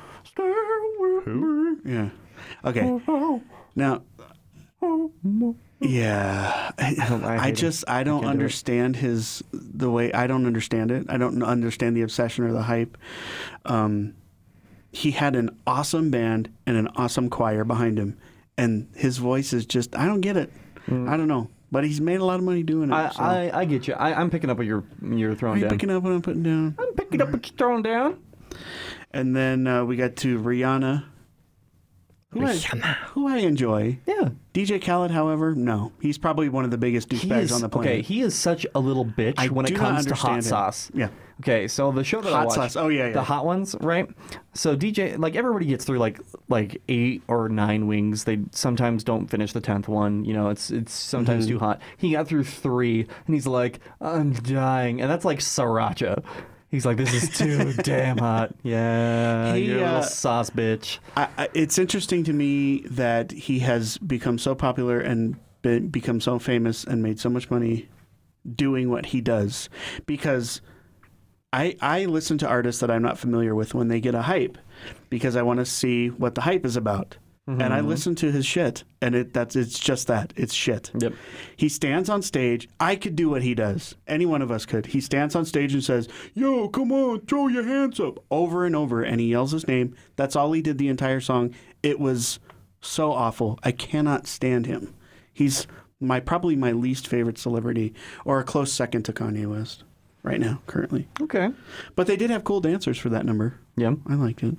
Speaker 3: Yeah. Okay. Now, yeah,
Speaker 2: don't- I
Speaker 3: I,
Speaker 2: hate him.
Speaker 3: just I don't
Speaker 2: can't do it.
Speaker 3: understand his the way I don't understand it. I don't understand the obsession or the hype. Um, he had an awesome band and an awesome choir behind him, and his voice is just I don't get it. I don't know, but he's made a lot of money doing it. so.
Speaker 2: Mm. I, I, I get you. I, I'm picking up what you're you're
Speaker 3: Are
Speaker 2: throwing
Speaker 3: you
Speaker 2: down.
Speaker 3: picking up what I'm putting down?
Speaker 2: I'm picking up what you're throwing down.
Speaker 3: And then uh, we got to Rihanna, who I, who I enjoy.
Speaker 2: Yeah.
Speaker 3: DJ Khaled, however, no, he's probably one of the biggest
Speaker 2: He
Speaker 3: douchebags
Speaker 2: is,
Speaker 3: on the planet.
Speaker 2: Okay, he is such a little bitch
Speaker 3: I
Speaker 2: when it
Speaker 3: do not
Speaker 2: comes to hot
Speaker 3: understand him.
Speaker 2: sauce.
Speaker 3: Yeah.
Speaker 2: Okay, so the show that I
Speaker 3: Hot
Speaker 2: watched,
Speaker 3: sauce. Oh, yeah, yeah.
Speaker 2: the hot ones, right? So DJ, like everybody gets through like like eight or nine wings. They sometimes don't finish the tenth one. You know, it's it's sometimes
Speaker 3: Mm-hmm.
Speaker 2: too hot. He got through three, and he's like, I'm dying, and that's like sriracha. He's like, this is
Speaker 3: [LAUGHS]
Speaker 2: too damn hot. Yeah,
Speaker 3: He,
Speaker 2: you're a
Speaker 3: uh,
Speaker 2: little sauce bitch.
Speaker 3: I, I, it's interesting to me that he has become so popular and been, become so famous and made so much money doing what he does because I I listen to artists that I'm not familiar with when they get a hype because I want to see what the hype is about. And I listen to his shit and it that's it's just that. It's shit.
Speaker 2: Yep.
Speaker 3: He stands on stage. I could do what he does. Any one of us could. He stands on stage and says, Yo, come on, throw your hands up over and over. And he yells his name. That's all he did the entire song. It was so awful. I cannot stand him. He's my probably my least favorite celebrity or a close second to Kanye West right now, currently.
Speaker 2: Okay.
Speaker 3: But they did have cool dancers for that number.
Speaker 2: Yeah.
Speaker 3: I liked it.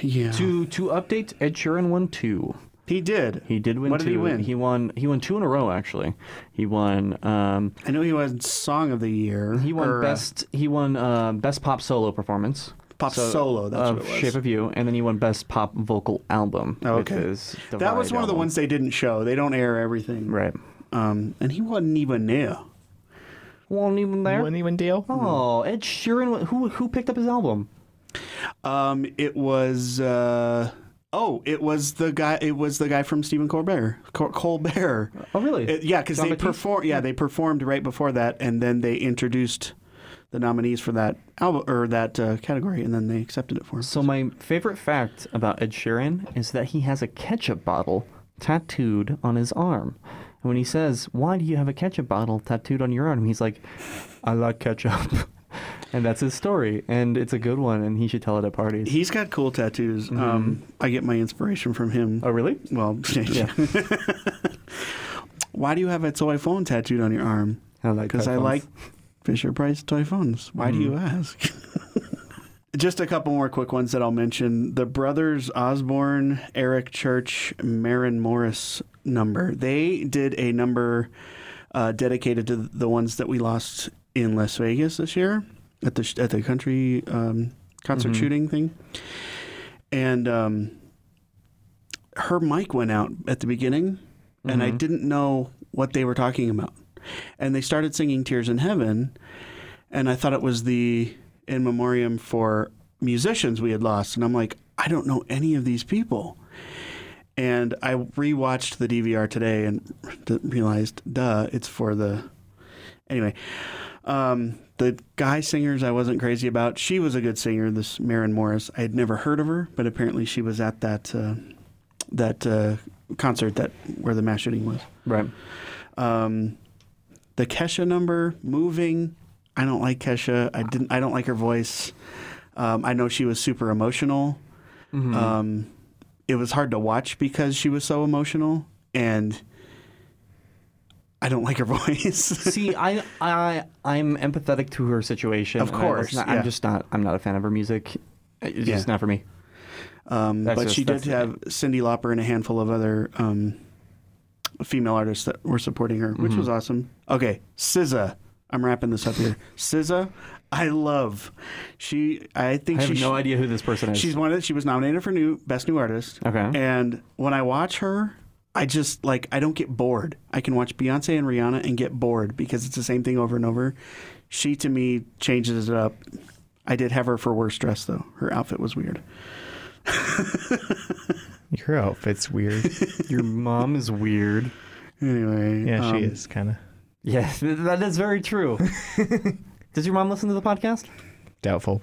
Speaker 3: Yeah.
Speaker 2: To to update, Ed Sheeran won two.
Speaker 3: he did.
Speaker 2: He did win.
Speaker 3: What did
Speaker 2: two.
Speaker 3: he win?
Speaker 2: He won. He won two in a row. Actually, he won. Um,
Speaker 3: I know he won Song of the Year.
Speaker 2: he won
Speaker 3: or, uh,
Speaker 2: best. He won uh, best pop solo performance.
Speaker 3: Pop solo, that's
Speaker 2: of
Speaker 3: what it was.
Speaker 2: Shape of You, and then he won best pop vocal album.
Speaker 3: Oh,
Speaker 2: with
Speaker 3: okay.
Speaker 2: his
Speaker 3: That was
Speaker 2: Divide
Speaker 3: one of the
Speaker 2: album.
Speaker 3: ones they didn't show. They don't air everything.
Speaker 2: Right.
Speaker 3: Um, and he wasn't even near.
Speaker 2: Wasn't even there.
Speaker 1: One even deal.
Speaker 2: Oh, Ed Sheeran. wa- Who who picked up his album?
Speaker 3: Um, it was. Uh, oh, it was the guy. It was the guy from Stephen Colbert. Col- Colbert.
Speaker 2: Oh, really?
Speaker 3: It- Uh, yeah, because
Speaker 2: John
Speaker 3: they
Speaker 2: Batiste?
Speaker 3: perform. Yeah, they performed right before that, and then they introduced the nominees for that album or that uh, category, and then they accepted it for him.
Speaker 2: So my favorite fact about Ed Sheeran is that he has a ketchup bottle tattooed on his arm. And when he says, "Why do you have a ketchup bottle tattooed on your arm?" he's like, "I like ketchup." [LAUGHS] and that's his story, and it's a good one, and he should tell it at parties.
Speaker 3: He's got cool tattoos. Um, I get my inspiration from him.
Speaker 2: Mm-hmm. oh, really?
Speaker 3: Well, [LAUGHS]
Speaker 2: Yeah.
Speaker 3: Why do you have a toy phone tattooed on your arm?
Speaker 2: I like
Speaker 3: Because I
Speaker 2: typhoons.
Speaker 3: like Fisher Price toy phones. Why do you ask? [LAUGHS] Just a couple more quick ones that I'll mention. The brothers Osborne, Eric Church, Marin Morris number. They did a number uh, dedicated to the ones that we lost in Las Vegas this year at the sh- at the country um, concert shooting thing. And um, her mic went out at the beginning and I didn't know what they were talking about. And they started singing Tears in Heaven and I thought it was the in memoriam for musicians we had lost and I'm like I don't know any of these people. And I rewatched the DVR today and d- realized duh it's for the anyway um, the guy singers I wasn't crazy about. She was a good singer, this Marin Morris. I had never heard of her, but apparently she was at that uh, that uh, concert that where the mass shooting was.
Speaker 2: Right.
Speaker 3: Um, the Kesha number, moving. I don't like Kesha. I didn't. I don't like her voice. Um, I know she was super emotional.
Speaker 2: Hmm. Uh,
Speaker 3: Um, it was hard to watch because she was so emotional, and I don't like her [LAUGHS] voice.
Speaker 2: See, I, I, I'm empathetic to her situation.
Speaker 3: Of
Speaker 2: and I-
Speaker 3: course,
Speaker 2: it's not-
Speaker 3: yeah.
Speaker 2: I'm just not. I'm not a fan of her music. It's just
Speaker 3: Yeah.
Speaker 2: not for me.
Speaker 3: Um,
Speaker 2: That's
Speaker 3: but
Speaker 2: just-
Speaker 3: she did
Speaker 2: that's the
Speaker 3: have Cindy Lauper and a handful of other um, female artists that were supporting her, which
Speaker 2: Mm-hmm.
Speaker 3: was awesome. Okay, SZA. I'm wrapping this up here. SZA, I love. She, I think
Speaker 2: I have
Speaker 3: she.
Speaker 2: no idea who this person is.
Speaker 3: She's one of the, she was nominated for new best new artist.
Speaker 2: Okay.
Speaker 3: And when I watch her, I just like I don't get bored. I can watch Beyonce and Rihanna and get bored because it's the same thing over and over. She to me changes it up. I did have her for worst dress though. Her outfit was weird.
Speaker 1: Your outfit's weird.
Speaker 2: Your mom is weird.
Speaker 3: Anyway,
Speaker 1: Yeah, she
Speaker 3: um,
Speaker 1: is kind of
Speaker 2: Yeah, th- that is very [LAUGHS] true. does your mom listen to the podcast?
Speaker 1: doubtful.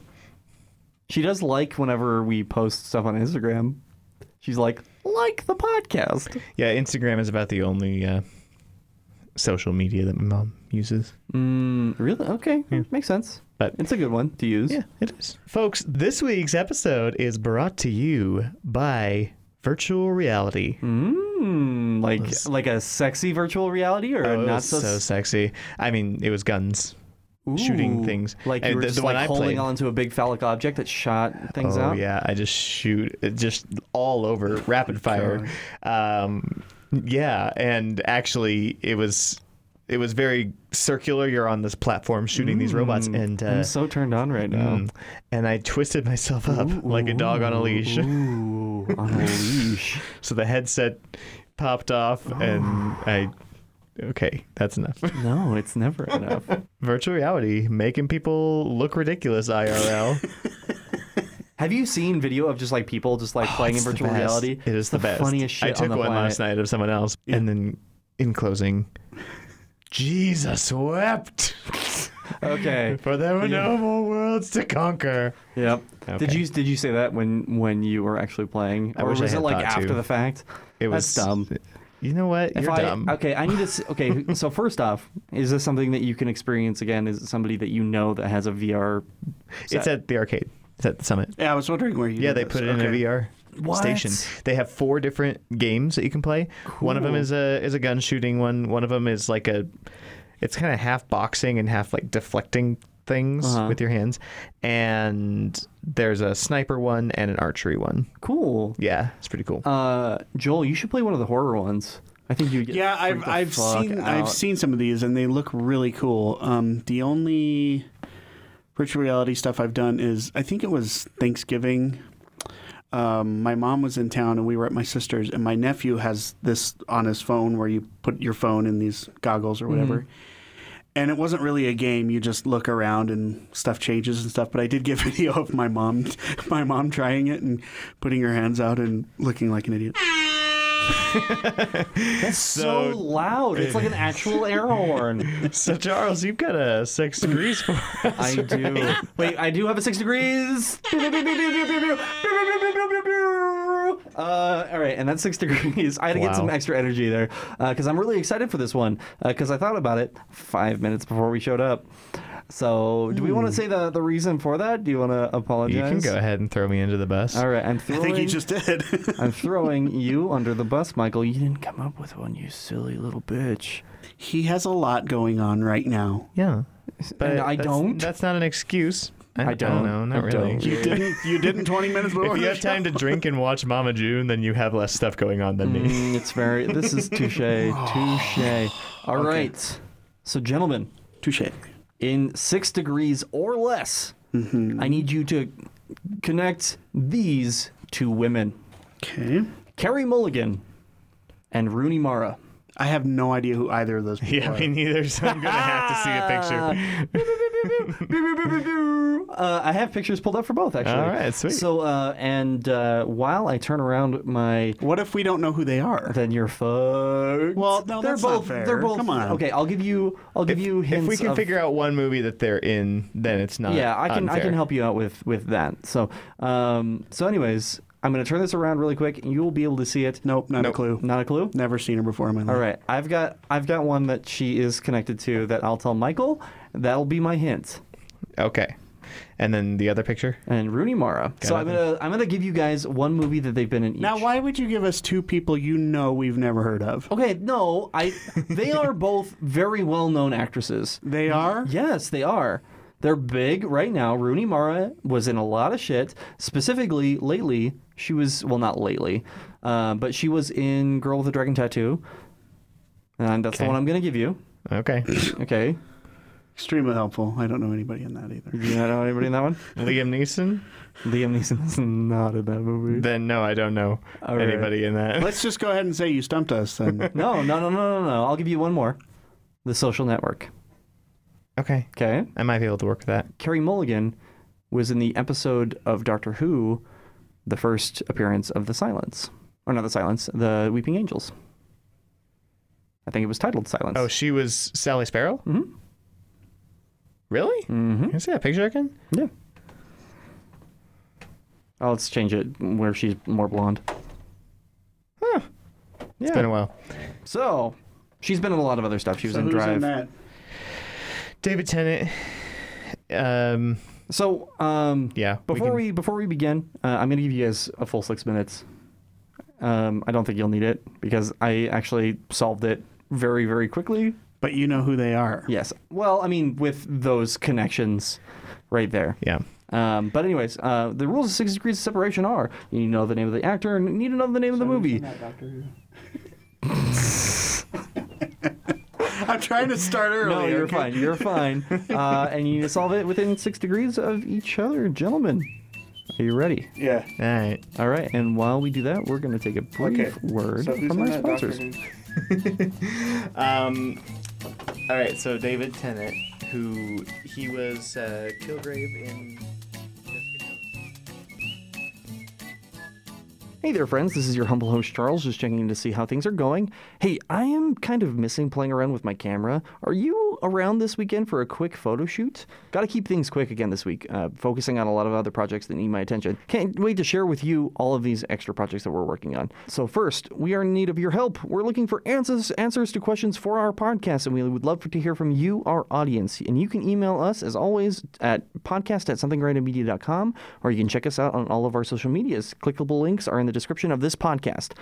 Speaker 2: She does like whenever we post stuff on Instagram. She's like, like the podcast.
Speaker 1: Yeah, Instagram is about the only uh, social media that my mom uses.
Speaker 2: Mm, really? Okay, makes sense.
Speaker 1: But-
Speaker 2: it's a good one to use.
Speaker 1: Yeah, it is. Folks, this week's episode is brought to you by virtual reality.
Speaker 2: Mm, like
Speaker 1: Let's-
Speaker 2: like a sexy virtual reality or a
Speaker 1: Oh, it
Speaker 2: not
Speaker 1: was
Speaker 2: so,
Speaker 1: so sexy. I mean, it was guns. shooting
Speaker 2: Ooh,
Speaker 1: things.
Speaker 2: Like
Speaker 1: And
Speaker 2: you were
Speaker 1: the-
Speaker 2: just
Speaker 1: the one
Speaker 2: like
Speaker 1: I
Speaker 2: holding
Speaker 1: played-
Speaker 2: onto a big phallic object that shot things
Speaker 1: oh
Speaker 2: out.
Speaker 1: yeah, I just shoot it just all over
Speaker 2: [LAUGHS]
Speaker 1: rapid fire. Um, yeah, and actually, it was it was very circular. You're on this platform shooting these robots, and uh,
Speaker 2: I'm Mm, so turned on right now.
Speaker 1: mm, and I twisted [LAUGHS] myself up like a dog on a leash. [LAUGHS]
Speaker 2: Ooh, on a leash. [GASPS]
Speaker 1: So the headset popped off, and I okay, that's enough. [LAUGHS]
Speaker 2: No, it's never enough.
Speaker 1: Virtual reality making people look ridiculous IRL.
Speaker 2: Have you seen video of just like people just like playing in
Speaker 1: Oh, It's the
Speaker 2: virtual
Speaker 1: best.
Speaker 2: reality?
Speaker 1: It is
Speaker 2: It's
Speaker 1: the, best.
Speaker 2: funniest shit
Speaker 1: I took
Speaker 2: on the
Speaker 1: one
Speaker 2: planet.
Speaker 1: last night of someone else, and then in closing, Jesus wept,
Speaker 2: Okay.
Speaker 1: [LAUGHS] for there were
Speaker 2: Yeah.
Speaker 1: no more worlds to conquer.
Speaker 2: Yep. Did
Speaker 1: Okay.
Speaker 2: you did you say that when when you were actually playing,
Speaker 1: I
Speaker 2: or
Speaker 1: wish I
Speaker 2: was it
Speaker 1: had
Speaker 2: like
Speaker 1: thought
Speaker 2: after
Speaker 1: to.
Speaker 2: the fact?
Speaker 1: It
Speaker 2: That's
Speaker 1: was
Speaker 2: dumb.
Speaker 1: You know what?
Speaker 2: If
Speaker 1: You're
Speaker 2: I-
Speaker 1: dumb.
Speaker 2: Okay, I need to. s-
Speaker 1: [LAUGHS]
Speaker 2: Okay, so first off, is this something that you can experience again? Is it somebody that you know that has a VR?
Speaker 1: It's at the arcade. It's at the summit.
Speaker 3: Yeah, I was wondering where you.
Speaker 1: Yeah,
Speaker 3: did
Speaker 1: they
Speaker 3: this.
Speaker 1: put it in a
Speaker 3: Okay.
Speaker 1: VR
Speaker 2: What?
Speaker 1: station. They have four different games that you can play. One of them
Speaker 2: Cool.
Speaker 1: is a is a gun shooting one. One of them is like a, it's kind of half boxing and half like deflecting things
Speaker 2: Uh-huh.
Speaker 1: with your hands. And there's a sniper one and an archery one.
Speaker 2: Cool.
Speaker 1: Yeah, it's
Speaker 2: [LAUGHS]
Speaker 1: pretty cool.
Speaker 2: Uh, Joel, you should play one of the horror ones. I think you. Get
Speaker 3: Yeah, I've
Speaker 2: freaked the
Speaker 3: I've
Speaker 2: fuck
Speaker 3: seen
Speaker 2: out.
Speaker 3: I've seen some of these and they look really cool. Um, the only virtual reality stuff I've done is I think it was Thanksgiving. Um, my mom was in town and we were at my sister's and my nephew has this on his phone where you put your phone in these goggles or whatever.
Speaker 2: Mm-hmm.
Speaker 3: And it wasn't really a game. You just look around and stuff changes and stuff. But I did get [LAUGHS] video of my mom, my mom trying it and putting her hands out and looking like an idiot.
Speaker 2: That's so,
Speaker 1: So-
Speaker 2: loud. It's like an
Speaker 1: [LAUGHS]
Speaker 2: actual air horn.
Speaker 1: so Charles, you've got
Speaker 2: [LAUGHS]
Speaker 1: a six degrees for
Speaker 2: I
Speaker 1: [LAUGHS]
Speaker 2: do. Wait, I do have a six degrees. Uh, all right, and that's six [LAUGHS] degrees. I had to get
Speaker 1: Wow.
Speaker 2: some extra energy there because I'm really excited for this one because I thought about it five minutes before we showed up. So, do we want to say the, the reason for that? Do you want to apologize?
Speaker 1: Hmm. You can go ahead and throw me into the bus.
Speaker 2: All right, I'm
Speaker 3: I
Speaker 2: throwing.
Speaker 3: think he just did. [LAUGHS]
Speaker 2: I'm throwing you under the bus, Michael. You didn't come up with one, you silly little bitch.
Speaker 3: He has a lot going on right now.
Speaker 1: Yeah, but
Speaker 2: And I
Speaker 1: that's-
Speaker 2: don't?
Speaker 1: That's not an excuse. I,
Speaker 2: I don't.
Speaker 1: know. Not
Speaker 2: I
Speaker 1: really.
Speaker 2: don't.
Speaker 3: You didn't. You didn't. Twenty [LAUGHS] minutes before.
Speaker 1: If you
Speaker 3: the
Speaker 2: [LAUGHS]
Speaker 1: have
Speaker 3: show.
Speaker 1: time to drink and watch Mama June, then you have less stuff going on than me.
Speaker 2: Mm, it's very. This is touche,
Speaker 1: [SIGHS]
Speaker 2: touche. All right, So, gentlemen,
Speaker 3: touche.
Speaker 2: in six degrees or less,
Speaker 1: Mm-hmm.
Speaker 2: I need you to connect these two women,
Speaker 3: Okay.
Speaker 2: Carrie Mulligan and Rooney
Speaker 1: [LAUGHS]
Speaker 2: Mara.
Speaker 3: I have no idea who either of [LAUGHS] those people
Speaker 1: [LAUGHS] Yeah,
Speaker 3: are.
Speaker 1: me neither. So I'm gonna have to see a picture.
Speaker 2: [LAUGHS] Uh, I have pictures pulled up for both, actually.
Speaker 1: All right, sweet.
Speaker 2: So, uh, and uh, while I turn around my
Speaker 3: what if we don't know who they are?
Speaker 2: then you're fucked.
Speaker 3: Well, no,
Speaker 2: they're
Speaker 3: that's not
Speaker 2: both.
Speaker 3: fair.
Speaker 2: They're both.
Speaker 3: Come on.
Speaker 2: Okay, I'll give you. I'll give you hints.
Speaker 1: [LAUGHS] if we can
Speaker 2: of-
Speaker 1: figure out one movie that they're in, then it's not.
Speaker 2: Yeah, I can. I
Speaker 1: Uh, unfair.
Speaker 2: can help you out with with that. So, um, so anyways, I'm gonna turn this around really quick, and you will be able to see it.
Speaker 3: Nope, not a
Speaker 1: Nope.
Speaker 3: clue.
Speaker 2: Not a clue.
Speaker 3: Never seen her before in my life.
Speaker 2: All right, I've got I've got one that she is connected to that I'll tell Michael. That'll be my hint.
Speaker 1: Okay, and then the other picture.
Speaker 2: And Rooney Mara. so I'm
Speaker 1: nothing.
Speaker 2: gonna I'm gonna give you guys one movie that they've been in each.
Speaker 3: Now, why would you give us two people you know we've never heard of?
Speaker 2: Okay, no, I. They are both very well known actresses.
Speaker 3: They are.
Speaker 2: Yes, they are. They're big right now. Rooney Mara was in a lot of shit. Specifically, lately, she was, well, not lately, uh, but she was in Girl with a Dragon Tattoo. And that's the
Speaker 1: Okay.
Speaker 2: one I'm going to give you. [COUGHS]
Speaker 1: Okay,
Speaker 2: Okay.
Speaker 3: Extremely helpful. I don't know anybody in that either.
Speaker 2: Do you not know anybody in that one?
Speaker 1: Liam Neeson.
Speaker 2: [LAUGHS] Liam Neeson is not in that movie.
Speaker 1: Then no, I don't know
Speaker 2: All right.
Speaker 1: anybody in that.
Speaker 3: Let's just go ahead and say you stumped us [LAUGHS] then.
Speaker 2: No, no, no, no, no, no. I'll give you one more The Social Network.
Speaker 1: Okay,
Speaker 2: Okay.
Speaker 1: I might be able to work with that.
Speaker 2: Carrie Mulligan was in the episode of Doctor Who, the first appearance of the Silence, or not the Silence, the Weeping Angels. I think it was titled Silence.
Speaker 1: Oh, she was Sally Sparrow. Mm-hmm. Really? Mm-hmm. Can I see that picture again?
Speaker 2: yeah. Oh, let's change it where she's more blonde.
Speaker 1: Huh. It's
Speaker 2: Yeah.
Speaker 1: been a while.
Speaker 2: So, she's been in a lot of other stuff. She was
Speaker 3: so
Speaker 2: in
Speaker 3: who's
Speaker 2: Drive.
Speaker 3: in that?
Speaker 1: David Tennant. [SIGHS] Um.
Speaker 2: So, um,
Speaker 1: Yeah.
Speaker 2: Before
Speaker 1: can-
Speaker 2: we, before we begin, uh, I'm gonna give you guys a full six minutes. Um, I don't think you'll need it because I actually solved it very very quickly
Speaker 3: But you know who they are.
Speaker 2: Yes. Well, I mean, with those connections right there.
Speaker 1: Yeah.
Speaker 2: Um, but anyways, uh, the rules of six degrees of separation are: you need to know the name of the actor and you need to know the name of the movie.
Speaker 3: [LAUGHS] I'm trying to start early.
Speaker 2: No, you're
Speaker 3: okay?
Speaker 2: fine. You're fine. Uh, and you need to solve it within six degrees of each other, gentlemen. Are you ready?
Speaker 3: Yeah.
Speaker 1: All right.
Speaker 2: All right. And while we do that, we're going to take a brief
Speaker 3: Okay.
Speaker 2: word
Speaker 3: So who's
Speaker 2: from
Speaker 3: in
Speaker 2: our
Speaker 3: that Doctor
Speaker 2: sponsors.
Speaker 1: Um, all right, so David Tennant, who he was uh, Kilgrave in.
Speaker 2: Hey there, friends. This is your humble host, Charles, just checking in to see how things are going. Hey, I am kind of missing playing around with my camera. Are you around this weekend for a quick photo shoot? Got to keep things quick again this week, uh, focusing on a lot of other projects that need my attention. Can't wait to share with you all of these extra projects that we're working on. So, first, we are in need of your help. We're looking for answers, answers to questions for our podcast, and we would love to hear from you, our audience. And you can email us, as always, at podcast at somethingrandommedia.com, or you can check us out on all of our social medias. Clickable links are in the description of this podcast.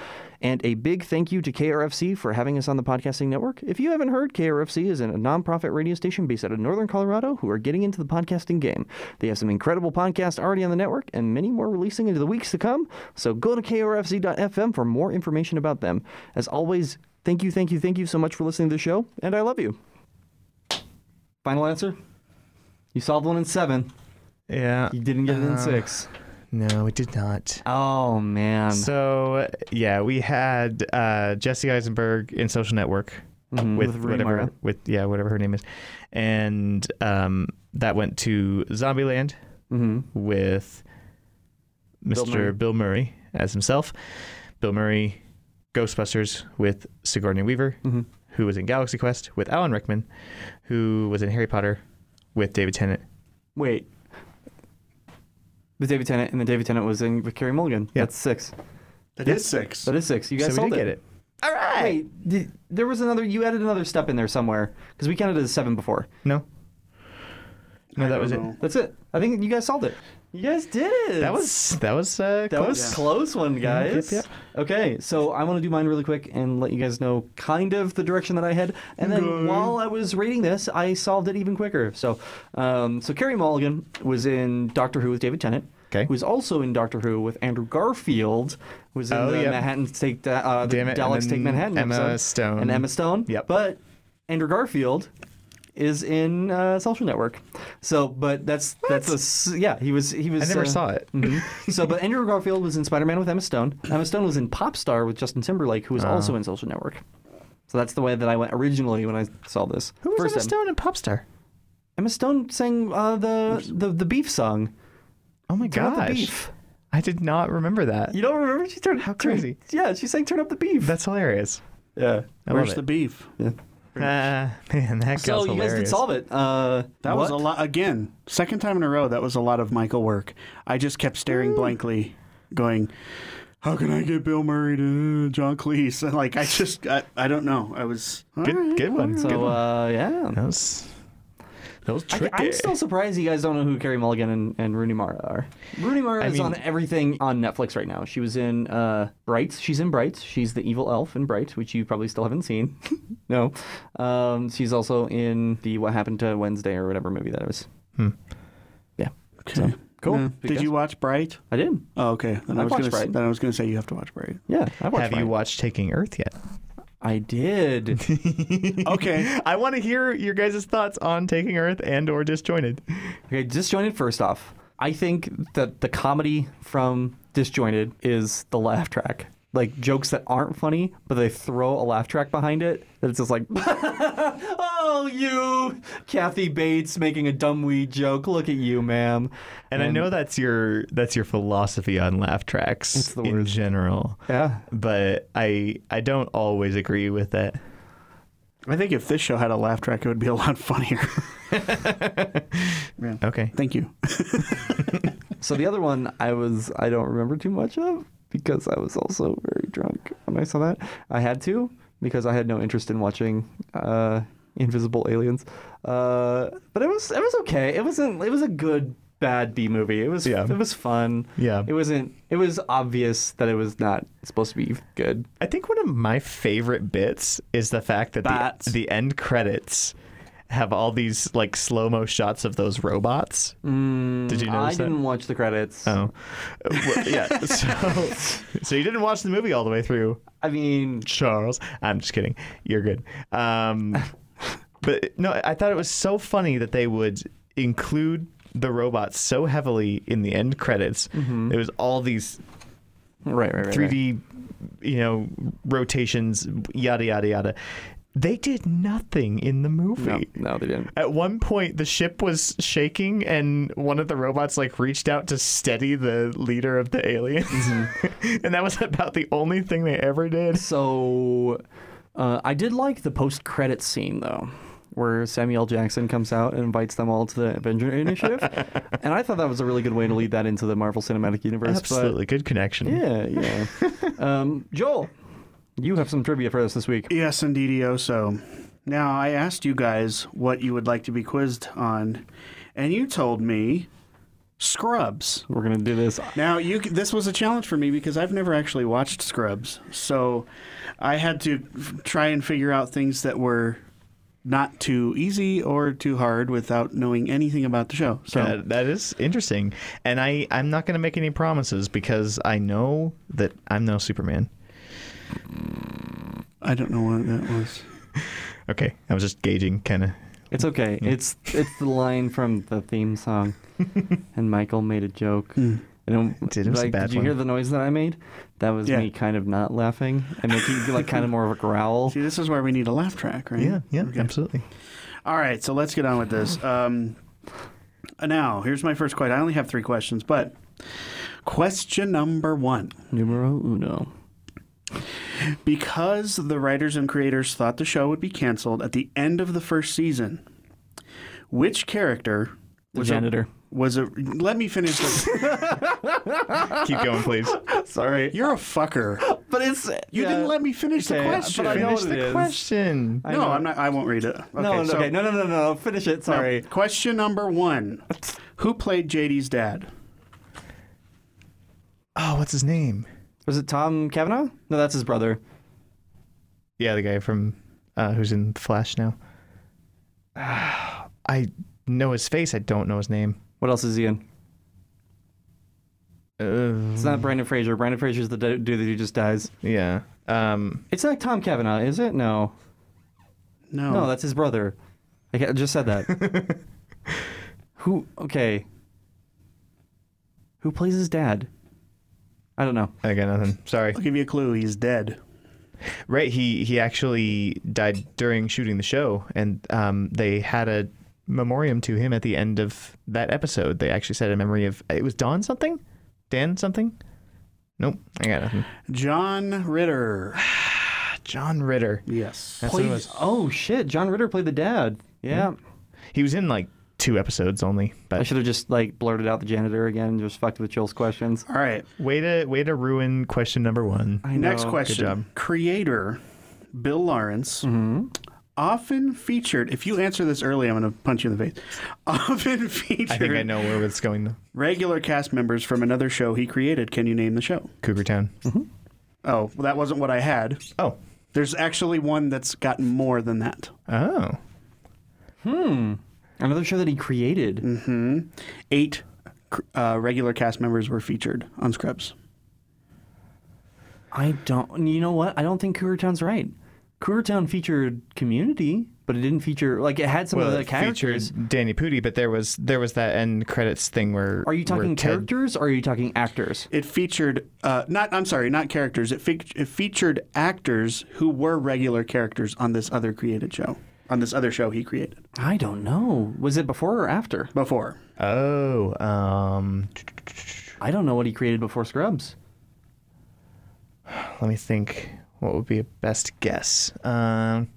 Speaker 2: And a big thank you to KRFC for having us on the podcasting network. If you haven't heard, KRFC is a nonprofit radio station based out of Northern Colorado who are getting into the podcasting game. They have some incredible podcasts already on the network and many more releasing into the weeks to come. So go to krfc.fm for more information about them. As always, thank you, thank you, thank you so much for listening to the show, and I love you. Final answer? You solved one in seven.
Speaker 1: Yeah.
Speaker 2: You didn't get it in
Speaker 1: Uh,
Speaker 2: six.
Speaker 1: No, we did not.
Speaker 2: Oh, man.
Speaker 1: So yeah, we had uh, Jesse Eisenberg in Social Network
Speaker 2: Mhm,
Speaker 1: with,
Speaker 2: with Rooney
Speaker 1: whatever
Speaker 2: Mara.
Speaker 1: with yeah whatever her name is, and um, that went to Zombieland
Speaker 2: hmm
Speaker 1: with
Speaker 2: Bill
Speaker 1: Mr.
Speaker 2: Murray.
Speaker 1: Bill Murray as himself. Bill Murray, Ghostbusters with Sigourney Weaver,
Speaker 2: hmm
Speaker 1: who was in Galaxy Quest with Alan Rickman, who was in Harry Potter with David Tennant.
Speaker 2: Wait. With David Tennant, and then David Tennant was in with Carey Mulligan.
Speaker 1: Yeah.
Speaker 2: That's six.
Speaker 3: That is six.
Speaker 2: That is six. You guys
Speaker 1: so we
Speaker 2: solved
Speaker 1: did get it. All right.
Speaker 2: Wait, did, there was another. You added another step in there somewhere because we counted as seven before.
Speaker 1: No. No, that
Speaker 3: I don't
Speaker 1: was it.
Speaker 3: know.
Speaker 2: That's it. I think you guys solved it. You guys did it.
Speaker 1: That was that was uh,
Speaker 2: That was
Speaker 1: close.
Speaker 2: close one,
Speaker 1: yep,
Speaker 2: guys.
Speaker 1: yep.
Speaker 2: Okay, so I want to do mine really quick and let you guys know kind of the direction that I head. And then
Speaker 3: Okay.
Speaker 2: while I was reading this, I solved it even quicker. So, um, so Carrie Mulligan was in Doctor Who with David Tennant.
Speaker 1: Okay.
Speaker 2: Who was also in Doctor Who with Andrew Garfield, who was in
Speaker 1: Oh,
Speaker 2: the
Speaker 1: yep.
Speaker 2: Manhattan Take Da- uh, the
Speaker 1: Damn it, and
Speaker 2: Daleks Take
Speaker 1: then
Speaker 2: Manhattan
Speaker 1: Emma
Speaker 2: episode.
Speaker 1: Stone.
Speaker 2: and Emma Stone.
Speaker 1: Yep.
Speaker 2: But Andrew Garfield is in uh, Social Network. So, but that's that's a s- yeah. He was he was.
Speaker 1: I
Speaker 2: uh,
Speaker 1: never saw it.
Speaker 2: Mhm. so, but Andrew Garfield was in Spider Man with Emma Stone. Emma Stone was in Pop Star with Justin Timberlake, who was
Speaker 1: Ah.
Speaker 2: also in Social Network. So that's the way that I went originally when I saw this.
Speaker 1: Who was Emma
Speaker 2: time.
Speaker 1: Stone and Popstar?
Speaker 2: Emma Stone sang uh, the, the the beef song.
Speaker 1: Oh my
Speaker 2: Turn up the
Speaker 1: gosh.
Speaker 2: beef.
Speaker 1: I did not remember that.
Speaker 2: You don't remember? She turned
Speaker 1: How
Speaker 2: turn-
Speaker 1: crazy.
Speaker 2: yeah, she sang "Turn Up the Beef."
Speaker 1: That's hilarious.
Speaker 2: yeah.
Speaker 1: I
Speaker 3: Where's
Speaker 1: love
Speaker 3: the
Speaker 1: it.
Speaker 3: beef?
Speaker 2: yeah.
Speaker 1: Ah, [LAUGHS] man, that
Speaker 2: So
Speaker 1: girl's
Speaker 2: you
Speaker 1: hilarious.
Speaker 2: guys did solve it. Uh,
Speaker 3: That was a
Speaker 2: what?
Speaker 3: lot. Again, second time in a row, that was a lot of Michael work. I just kept staring blankly, going, "How can I get Bill Murray to John Cleese?" [LAUGHS] Like I just, I, I don't know. I was "All right."
Speaker 1: Good, good one. good
Speaker 2: So
Speaker 1: one.
Speaker 2: uh, yeah.
Speaker 1: That was that was
Speaker 2: I,
Speaker 1: tricky.
Speaker 2: I'm still surprised you guys don't know who Carrie Mulligan and, and Rooney Mara are. Rooney Mara
Speaker 1: I
Speaker 2: is
Speaker 1: mean-
Speaker 2: on everything on Netflix right now. She was in uh, Bright. She's in Bright. She's the evil elf in Bright, which you probably still haven't seen. [LAUGHS] no. Um, she's also in the What Happened to Wednesday or whatever movie that was.
Speaker 1: Hmm.
Speaker 2: Yeah.
Speaker 3: Okay.
Speaker 2: Cool.
Speaker 3: Yeah.
Speaker 2: Good
Speaker 3: Did
Speaker 2: guess.
Speaker 3: you watch Bright?
Speaker 2: I did.
Speaker 3: Oh, okay. Then
Speaker 2: I
Speaker 3: I, was
Speaker 2: watched
Speaker 3: gonna, s-
Speaker 2: Bright.
Speaker 3: Then I was going to say you have to
Speaker 2: [LAUGHS]
Speaker 3: watch Bright.
Speaker 2: Yeah. I watched
Speaker 1: Have you
Speaker 2: Bright.
Speaker 1: watched Taking Earth yet?
Speaker 2: I
Speaker 1: [LAUGHS]
Speaker 2: did.
Speaker 3: Okay.
Speaker 1: I want to hear your guys' thoughts on Taking Earth and or Disjointed.
Speaker 2: Okay, disjointed first off. I think that the comedy from Disjointed is the laugh track. Like jokes that aren't funny, but they throw a laugh track behind it. That it's just like, [LAUGHS] oh, you, Kathy Bates making a dumb weed joke. Look at you, ma'am.
Speaker 1: And, I know that's your that's your philosophy on laugh tracks
Speaker 2: the
Speaker 1: in
Speaker 2: worst.
Speaker 1: general.
Speaker 2: Yeah.
Speaker 1: But I I don't always agree with it.
Speaker 3: I think if this show had a laugh track, it would be a lot funnier. [LAUGHS] Yeah.
Speaker 1: Okay.
Speaker 3: Thank you.
Speaker 2: So the other one I was I don't remember too much of because I was also very drunk when I saw that. I had to because I had no interest in watching uh, Invisible Aliens. Uh, but it was it was okay. It wasn't it was a good bad B movie. It was
Speaker 1: Yeah.
Speaker 2: it was fun.
Speaker 1: Yeah.
Speaker 2: It wasn't it was obvious that it was not supposed to be good.
Speaker 1: I think one of my favorite bits is the fact that
Speaker 3: Bats.
Speaker 1: the, the end credits have all these like slow mo shots of those robots. Did you
Speaker 2: Mm, I
Speaker 1: notice that?
Speaker 2: didn't watch the credits.
Speaker 1: Oh, Uh, well, yeah. So, [LAUGHS] so you didn't watch the movie all the way through,
Speaker 2: I mean
Speaker 1: Charles. I'm just kidding. You're good.
Speaker 2: [LAUGHS]
Speaker 1: Um, but no, I thought it was so funny that they would include the robots so heavily in the end credits. It was all these
Speaker 2: Mm-hmm. right right right. right.
Speaker 1: 3D you know, rotations, yada yada yada. They did nothing in the movie.
Speaker 2: No, no, they didn't.
Speaker 1: At one point, the ship was shaking, and one of the robots like reached out to steady the leader of the aliens,
Speaker 2: Mm-hmm.
Speaker 1: [LAUGHS] and that was about the only thing they ever did.
Speaker 2: So, uh, I did like the post-credit scene though, where Samuel Jackson comes out and invites them all to the Avenger
Speaker 1: [LAUGHS]
Speaker 2: Initiative, and I thought that was a really good way to lead that into the Marvel Cinematic Universe.
Speaker 1: Absolutely, good connection.
Speaker 2: But yeah,
Speaker 1: [LAUGHS]
Speaker 2: yeah. um, Joel, you have some trivia for us this week.
Speaker 3: Yes, indeed, E so. Now, I asked you guys what you would like to be quizzed on, and you told me Scrubs.
Speaker 2: We're gonna do this.
Speaker 3: Now, you c- this was a challenge for me because I've never actually watched Scrubs, so I had to f- try and figure out things that were not too easy or too hard without knowing anything about the show. So,
Speaker 1: Uh, that is interesting, and I I'm not going to make any promises because I know that I'm no Superman.
Speaker 3: I don't know what that was.
Speaker 1: Okay, I was just gauging, kind of.
Speaker 2: It's okay. It's it's the line from the theme
Speaker 1: [LAUGHS]
Speaker 2: song, and Michael made a joke. I don't,
Speaker 1: Did, Mm. it was a
Speaker 2: like,
Speaker 1: bad
Speaker 2: did you
Speaker 1: one.
Speaker 2: hear the noise that I made? That was
Speaker 3: Yeah.
Speaker 2: me kind of not laughing and making like kind of more of a
Speaker 1: [LAUGHS]
Speaker 2: growl.
Speaker 3: See, this is where we need a laugh track, right?
Speaker 1: Yeah, yeah,
Speaker 3: Okay.
Speaker 1: absolutely.
Speaker 3: All right, so let's get on with this. Um, now, here's my first question. I only have three questions, but question number one.
Speaker 2: Numero uno.
Speaker 3: Because the writers and creators thought the show would be canceled at the end of the first season, which character
Speaker 2: The
Speaker 3: was
Speaker 2: janitor.
Speaker 3: A, was a? Let me finish. This.
Speaker 1: Keep going, [LAUGHS] please.
Speaker 2: [LAUGHS] Sorry,
Speaker 3: You're a fucker.
Speaker 2: but it's
Speaker 3: You didn't let me finish
Speaker 2: Okay, but
Speaker 3: the
Speaker 2: I
Speaker 3: question.
Speaker 2: know
Speaker 1: Finish
Speaker 2: what it
Speaker 1: the
Speaker 2: is.
Speaker 1: question.
Speaker 2: I
Speaker 3: no,
Speaker 2: know.
Speaker 3: I'm not. I won't read it. Okay,
Speaker 2: no, no,
Speaker 3: so- um,
Speaker 2: okay, no, no, no, no, no. Finish it. Sorry.
Speaker 3: Question number one: Who played JD's dad?
Speaker 1: Oh, what's his name?
Speaker 2: Was it Tom Kavanaugh? No, that's his brother.
Speaker 1: Yeah, the guy from uh, who's in Flash now. [SIGHS] Ah, I know his face. I don't know his name.
Speaker 2: What else is he in?
Speaker 1: Uh,
Speaker 2: It's not Brandon Fraser. Brandon Fraser's the d- dude that who just dies.
Speaker 1: yeah. Um,
Speaker 2: It's not Tom Kavanaugh, is it? No.
Speaker 3: No,
Speaker 2: No, that's his brother. I ca- just said that. [LAUGHS] Who? Okay. Who plays his dad? I don't know.
Speaker 1: I got nothing. Sorry.
Speaker 3: I'll give you a clue. He's dead.
Speaker 1: Right. He he actually died during shooting the show, and um, they had a memoriam to him at the end of that episode. They actually said a memory of it was Don something, Dan something. Nope, I got nothing.
Speaker 3: John Ritter.
Speaker 1: John Ritter.
Speaker 3: Yes.
Speaker 1: That's what it
Speaker 2: Played,
Speaker 1: was.
Speaker 2: oh shit! John Ritter played the dad. Yeah.
Speaker 1: He was in like two episodes only,
Speaker 2: I
Speaker 1: but
Speaker 2: should have just like blurted out the janitor again and just fucked with Joel's questions.
Speaker 3: All right.
Speaker 1: way to way to ruin question number one.
Speaker 2: I
Speaker 3: Next
Speaker 2: know.
Speaker 3: question.
Speaker 1: job. Mm-hmm.
Speaker 3: Creator Bill Lawrence often featured. If you answer this early, I'm going to punch you in the face. [LAUGHS] Often featured
Speaker 1: I think I know where it's going though.
Speaker 3: regular cast members from another show he created. Can you name the show?
Speaker 1: Cougar Town.
Speaker 2: Mm-hmm.
Speaker 3: Oh, well, that wasn't what I had.
Speaker 1: Oh,
Speaker 3: There's actually one that's gotten more than that.
Speaker 1: oh,
Speaker 2: Another show that he created.
Speaker 1: Mm.
Speaker 3: Eight cr- uh, regular cast members were featured on Scrubs.
Speaker 2: I don't. You know what? I don't think Cougar Town's right. Cougar Town featured Community, but it didn't feature like it had some
Speaker 1: well,
Speaker 2: of the
Speaker 1: it featured
Speaker 2: characters.
Speaker 1: Danny Pudi, but there was there was that end credits thing where
Speaker 2: Are you
Speaker 1: where
Speaker 2: talking
Speaker 1: Ted-
Speaker 2: characters or are you talking actors?
Speaker 3: It featured uh, not. I'm sorry, not characters. It, fe- it featured actors who were regular characters on this other created show. On this other show he created
Speaker 2: I don't know. Was it before or after?
Speaker 3: before.
Speaker 1: Oh, um,
Speaker 2: I don't know what he created before Scrubs.
Speaker 1: let me think. What would be a best guess? Um,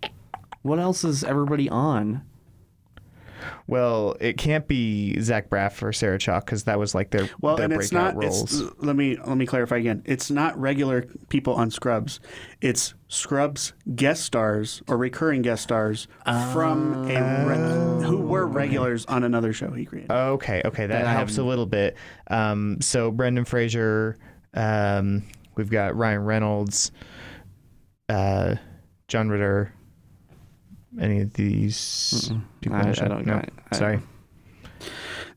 Speaker 2: What else is everybody on?
Speaker 1: well, it can't be Zach Braff or Sarah Chalk because that was like their
Speaker 3: Well,
Speaker 1: their
Speaker 3: and
Speaker 1: breakout
Speaker 3: it's not.
Speaker 1: roles.
Speaker 3: It's, let me let me clarify again. It's not regular people on Scrubs. It's Scrubs guest stars or recurring guest stars from a re- who were regulars on another show he created.
Speaker 1: okay, okay, that helps a little bit. Um, so Brendan Fraser, um, we've got Ryan Reynolds, uh, John Ritter. Any of these? people in
Speaker 2: I-
Speaker 1: the
Speaker 2: I
Speaker 1: show?
Speaker 2: don't-
Speaker 1: No,
Speaker 2: I- I-
Speaker 1: sorry.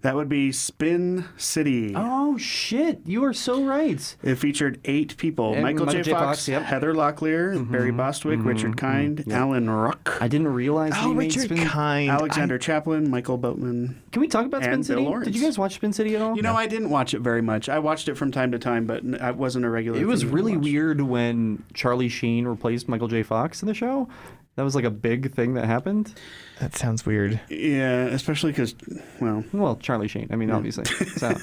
Speaker 3: That would be Spin City.
Speaker 2: Oh shit! You are so right.
Speaker 3: It featured eight people:
Speaker 2: And
Speaker 3: Michael, J. Fox, Mm-hmm.
Speaker 2: yep.
Speaker 3: Heather Locklear, Barry Bostwick, Richard Kind, Alan Ruck,
Speaker 2: I didn't realize. that
Speaker 1: Oh,
Speaker 2: he made
Speaker 1: Richard
Speaker 2: Spin...
Speaker 1: Kind.
Speaker 3: Alexander Chaplin, Michael Boatman.
Speaker 2: Can we talk about Spin
Speaker 3: and Bill
Speaker 2: City?
Speaker 3: Lawrence.
Speaker 2: Did you guys watch Spin City at all?
Speaker 3: You know, I didn't watch it very much. I watched it from time to time, but n- I wasn't a regular.
Speaker 2: it was
Speaker 3: thing to
Speaker 2: really
Speaker 3: watch.
Speaker 2: weird when Charlie Sheen replaced Michael J. Fox in the show. That was like a big thing that happened.
Speaker 1: That sounds weird.
Speaker 3: Yeah, especially because, well,
Speaker 2: Well, Charlie Sheen. I mean, obviously.
Speaker 1: [LAUGHS]
Speaker 2: So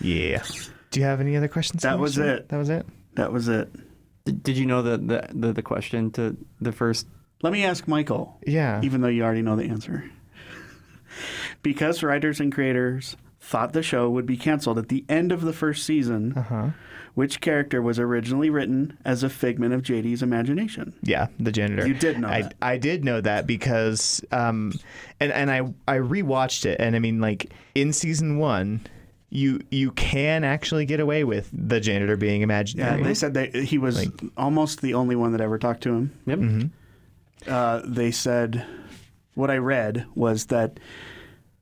Speaker 1: Yeah. Do you have any other questions?
Speaker 3: That
Speaker 1: for
Speaker 3: was
Speaker 1: us?
Speaker 3: it.
Speaker 1: That was it.
Speaker 3: that was it.
Speaker 2: did, did you know the, the the the question to the first?
Speaker 3: Let me ask Michael.
Speaker 1: Yeah.
Speaker 3: even though you already know the answer. [LAUGHS] because writers and creators thought the show would be canceled at the end of the first season,
Speaker 1: huh.
Speaker 3: which character was originally written as a figment of JD's imagination?
Speaker 1: Yeah, the janitor.
Speaker 3: You did know
Speaker 1: I,
Speaker 3: that.
Speaker 1: I did know that because um and and I I rewatched it and I mean like in season 1 you you can actually get away with the janitor being
Speaker 3: Yeah,
Speaker 1: imaginary.
Speaker 3: they said that he was almost the only one that ever talked to him.
Speaker 2: Yep.
Speaker 1: Mm-hmm.
Speaker 3: Uh, they said what I read was that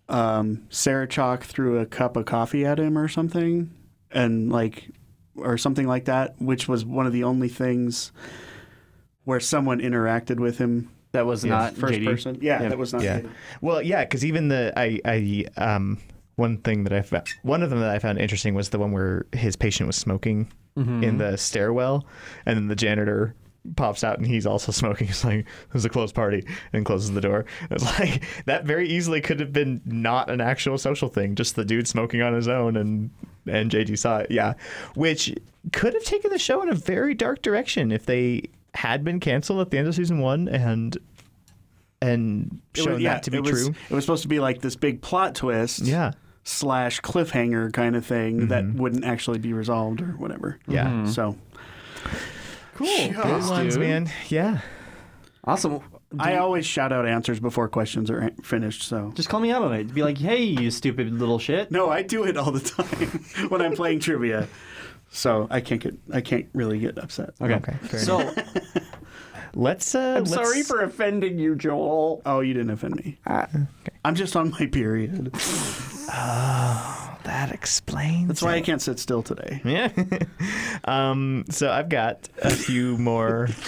Speaker 3: um, Sarah Chalk threw a cup of coffee at him or something, and like, or something like that, which was one of the only things where someone interacted with him
Speaker 2: That was not
Speaker 3: first
Speaker 2: JD.
Speaker 3: person. Yeah, that was not.
Speaker 1: yeah.
Speaker 3: JD.
Speaker 1: Well, yeah, because even the I I um one thing that I found one of them that I found interesting was the one where his patient was smoking
Speaker 3: Mm-hmm.
Speaker 1: in the stairwell, and then the janitor pops out and he's also [LAUGHS] smoking. He's like, "It was a closed party," and closes the door. [LAUGHS] It's like that very easily could have been not an actual social thing, just the dude smoking on his own, and and JD saw it. Yeah, which could have taken the show in a very dark direction if they had been canceled at the end of season one and and
Speaker 3: It was-
Speaker 1: shown
Speaker 3: yeah,
Speaker 1: that to be
Speaker 3: it was-
Speaker 1: true.
Speaker 3: It was supposed to be like this big plot twist.
Speaker 1: Yeah. Mm-hmm.
Speaker 3: Slash cliffhanger kind of thing that wouldn't actually be resolved or whatever.
Speaker 1: Yeah.
Speaker 2: Mm-hmm.
Speaker 1: Mhm.
Speaker 3: So
Speaker 2: Cool.
Speaker 1: Good ones, man. Yeah.
Speaker 2: Awesome.
Speaker 3: I always shout out answers before questions are an- finished. So
Speaker 2: Just call me out on it. Be like, hey, you stupid little shit.
Speaker 3: no, I do it all the [LAUGHS] time when I'm playing trivia. So I can't get I can't really get upset.
Speaker 1: Okay, fair
Speaker 2: so
Speaker 1: Let's. Uh,
Speaker 2: I'm sorry for offending you, Joel.
Speaker 3: Oh, you didn't offend me.
Speaker 1: Ah,
Speaker 3: I'm just on my period.
Speaker 1: that. Explains.
Speaker 3: That's why I can't sit still today.
Speaker 1: Yeah. [LAUGHS] um. So I've got a few more.
Speaker 2: [LAUGHS]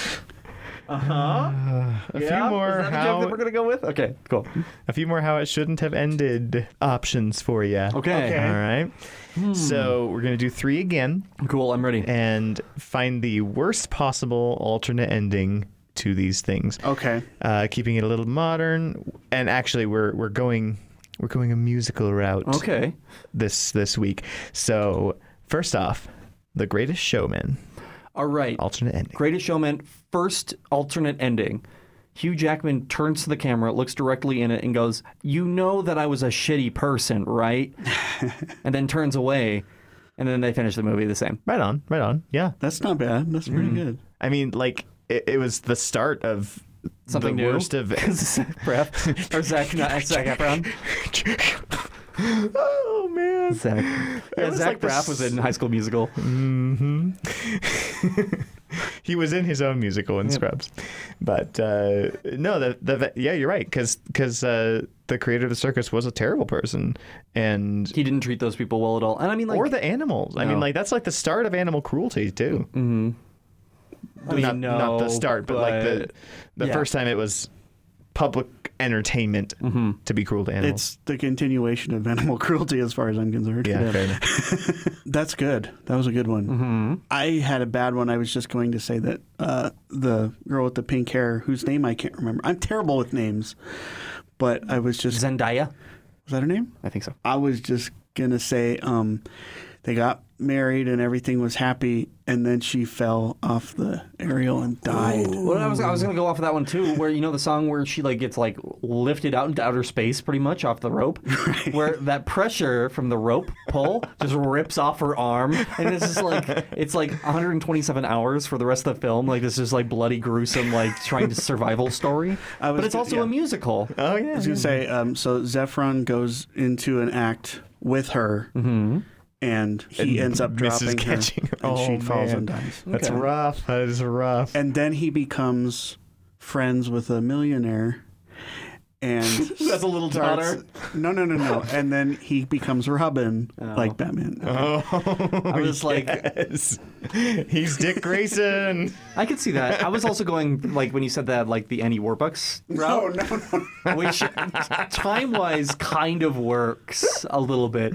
Speaker 1: Uh-huh. A few more
Speaker 2: Is that the joke that
Speaker 1: how
Speaker 2: we're gonna go with? Okay, cool.
Speaker 1: a few more how it shouldn't have ended options for you.
Speaker 2: Okay.
Speaker 1: All right. So we're gonna do three again
Speaker 2: Cool. I'm ready.
Speaker 1: and find the worst possible alternate ending to these things.
Speaker 3: Okay.
Speaker 1: uh, keeping it a little modern. And actually, we're we're going we're going a musical route
Speaker 2: Okay.
Speaker 1: this this week. So first off, The Greatest Showman
Speaker 2: All right.
Speaker 1: alternate ending.
Speaker 2: Greatest Showman first alternate ending. Hugh Jackman turns to the camera, looks directly in it, and goes, "You know that I was a shitty person,
Speaker 1: [LAUGHS]
Speaker 2: right?" and then turns away, and then they finish the movie the same. [LAUGHS]
Speaker 1: Right on, right on. Yeah,
Speaker 3: That's not bad. That's pretty
Speaker 1: Mm.
Speaker 3: good.
Speaker 1: I mean, like it, it was the start of
Speaker 2: Something
Speaker 1: the
Speaker 2: new. [LAUGHS]
Speaker 1: worst of [LAUGHS]
Speaker 2: Zach Braff or Zach, not Zach Efron.
Speaker 1: oh man.
Speaker 2: Zach, yeah,
Speaker 1: was
Speaker 2: Zach
Speaker 1: like the
Speaker 2: Braff was in High School Musical.
Speaker 1: he was in his own musical in Scrubs, but uh, no, the, the yeah, you're right, because uh, the creator of the circus was a terrible person, and
Speaker 2: He didn't treat those people well at all. And I mean, like,
Speaker 1: or the animals. I mean,
Speaker 2: No.
Speaker 1: like that's like the start of animal cruelty too. Mm-hmm.
Speaker 2: I mean,
Speaker 1: not, not
Speaker 2: no,
Speaker 1: the start, but, like the the
Speaker 2: yeah.
Speaker 1: first time it was public entertainment
Speaker 2: Mm-hmm.
Speaker 1: to be cruel to animals.
Speaker 3: It's the continuation of animal [LAUGHS] cruelty, as far as I'm concerned.
Speaker 1: yeah,
Speaker 2: [LAUGHS]
Speaker 1: fair enough.
Speaker 3: That's good. That was a good one.
Speaker 1: Mm-hmm.
Speaker 3: I had a bad one. I was just going to say that uh, the girl with the pink hair, whose name I can't remember. I'm terrible with names, but I was just
Speaker 2: Zendaya.
Speaker 3: was that her name?
Speaker 2: I think so.
Speaker 3: I was just gonna say um, they got married and everything was happy, and then she fell off the aerial and died.
Speaker 2: Well, I was I was gonna go off of that one too, where you know the song where she like gets like lifted out into outer space, pretty much off the
Speaker 3: [LAUGHS]
Speaker 2: rope, where that pressure from the rope pull just rips off her arm, and it's just
Speaker 3: [LAUGHS]
Speaker 2: like it's like 127 hours for the rest of the film. Like this is like bloody gruesome, like trying to survival story.
Speaker 3: [LAUGHS] I was
Speaker 2: But it's
Speaker 3: go-
Speaker 2: also
Speaker 3: yeah.
Speaker 2: a
Speaker 3: [LAUGHS]
Speaker 2: musical.
Speaker 1: Oh
Speaker 3: I
Speaker 1: yeah,
Speaker 3: was gonna say um, so. Zephron goes into an act with her, and he ends up
Speaker 1: Mm-hmm. misses
Speaker 3: dropping
Speaker 1: catching
Speaker 3: her,
Speaker 1: her.
Speaker 3: and she
Speaker 1: Oh,
Speaker 3: falls
Speaker 1: man.
Speaker 3: and dies.
Speaker 1: that's rough. That is rough.
Speaker 3: and then he becomes friends with a millionaire [LAUGHS] and
Speaker 2: That's a little
Speaker 3: starts- No, no, no, no. And then he becomes Robin, like Batman.
Speaker 1: Oh,
Speaker 2: I was like-
Speaker 1: [LAUGHS] yes. he's
Speaker 2: [LAUGHS]
Speaker 1: Dick Grayson.
Speaker 2: I could see that. I was also going like when you said that, like the Annie Warbucks
Speaker 3: No, no, no.
Speaker 2: which time wise kind of works a little bit.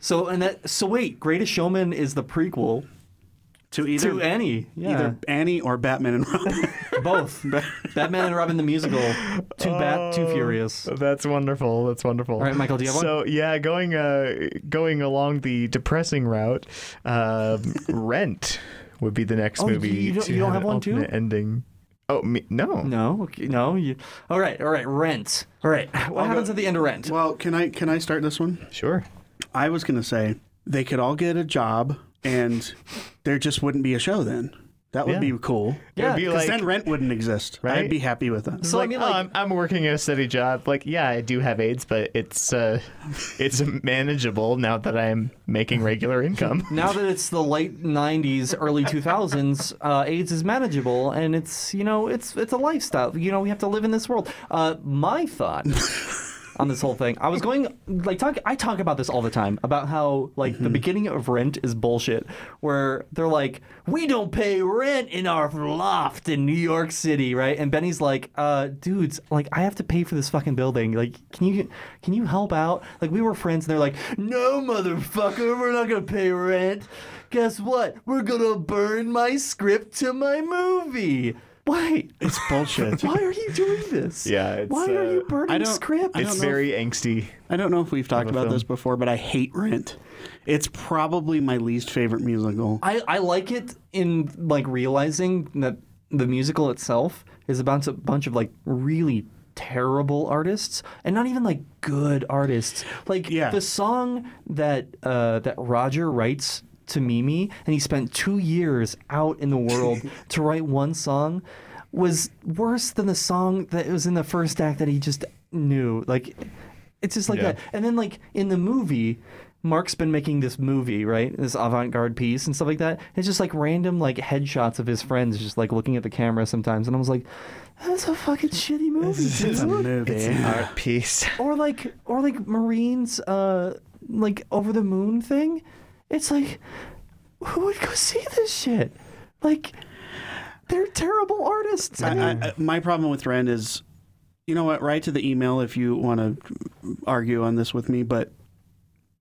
Speaker 2: So and that so wait, Greatest Showman is the prequel
Speaker 3: To either
Speaker 2: to Annie. Yeah.
Speaker 3: either Annie or Batman and Robin.
Speaker 2: [LAUGHS] both. Batman and Robin the musical. Too bat too
Speaker 3: Oh.
Speaker 2: furious.
Speaker 1: That's wonderful. That's wonderful. All
Speaker 2: right, Michael, do you have one?
Speaker 1: So yeah, going uh, going along the depressing route,
Speaker 2: [LAUGHS]
Speaker 1: um, Rent would be the next
Speaker 2: Oh,
Speaker 1: movie.
Speaker 2: you don't-
Speaker 1: to
Speaker 2: you don't
Speaker 1: have,
Speaker 2: have
Speaker 1: an
Speaker 2: one too?
Speaker 1: alternate Ending. Oh me, no.
Speaker 2: No, okay, no. You, all right, all right. Rent. All right. What happens at the end of Rent?
Speaker 3: [LAUGHS] well, can I can I start this one?
Speaker 1: Sure.
Speaker 3: I was gonna say they could all get a job, and there just wouldn't be a show then. That would
Speaker 1: Yeah.
Speaker 3: be cool.
Speaker 1: It would be
Speaker 3: 'Cause
Speaker 1: like,
Speaker 3: then rent wouldn't exist.
Speaker 1: Right?
Speaker 3: I'd be happy with that.
Speaker 2: so
Speaker 1: like,
Speaker 2: I mean,
Speaker 1: oh,
Speaker 2: like,
Speaker 3: um,
Speaker 1: I'm, I'm working at a steady job. Like, yeah, I do have AIDS, but it's uh, it's manageable now that I'm making
Speaker 2: [LAUGHS]
Speaker 1: regular income.
Speaker 2: now that it's the late '90s, early 2000s, uh, AIDS is manageable, and it's you know it's it's a lifestyle. You know we have to live in this world. Uh, my thought on this whole thing, I was going like talk. I talk about this all the time about how like
Speaker 3: Mm-hmm.
Speaker 2: the beginning of Rent is bullshit, where they're like, we don't pay rent in our loft in New York City, right? And Benny's like, uh, dudes, like I have to pay for this fucking building. Like, can you can you help out? Like we were friends, and they're like, no, motherfucker, we're not gonna pay rent. Guess what? We're gonna burn my script to my movie. Why?
Speaker 3: It's bullshit.
Speaker 1: [LAUGHS]
Speaker 2: Why are you doing this?
Speaker 1: Yeah, it's,
Speaker 2: Why are
Speaker 1: uh,
Speaker 2: you burning
Speaker 3: I don't-
Speaker 2: script?
Speaker 3: I don't
Speaker 1: It's
Speaker 3: know
Speaker 1: very angsty.
Speaker 3: I don't know if we've talked
Speaker 1: Of a
Speaker 3: about
Speaker 1: film.
Speaker 3: this before, but I hate Rent. It's probably my least favorite musical.
Speaker 2: I, I like it in like realizing that the musical itself is about a bunch of like really terrible artists and not even like good artists. Like
Speaker 3: Yeah.
Speaker 2: the song that uh, that Roger writes to Mimi and he spent two years out in the world to write one song was worse than the song that was in the first act that he just knew. Like it's just like
Speaker 1: Yeah.
Speaker 2: that. And then like in the movie, Mark's been making this movie, right? This avant-garde piece and stuff like that. It's just like random like headshots of his friends just like looking at the camera sometimes and I was like, that's a fucking shitty movie.
Speaker 3: It's a
Speaker 2: dude."
Speaker 3: movie.
Speaker 1: art piece.
Speaker 2: Or like or like Marine's uh like over the moon thing. It's like who would go see this shit? Like they're terrible artists.
Speaker 3: I, I, I- my problem with Rent is, you know what? Write to the email if you want to argue on this with me, but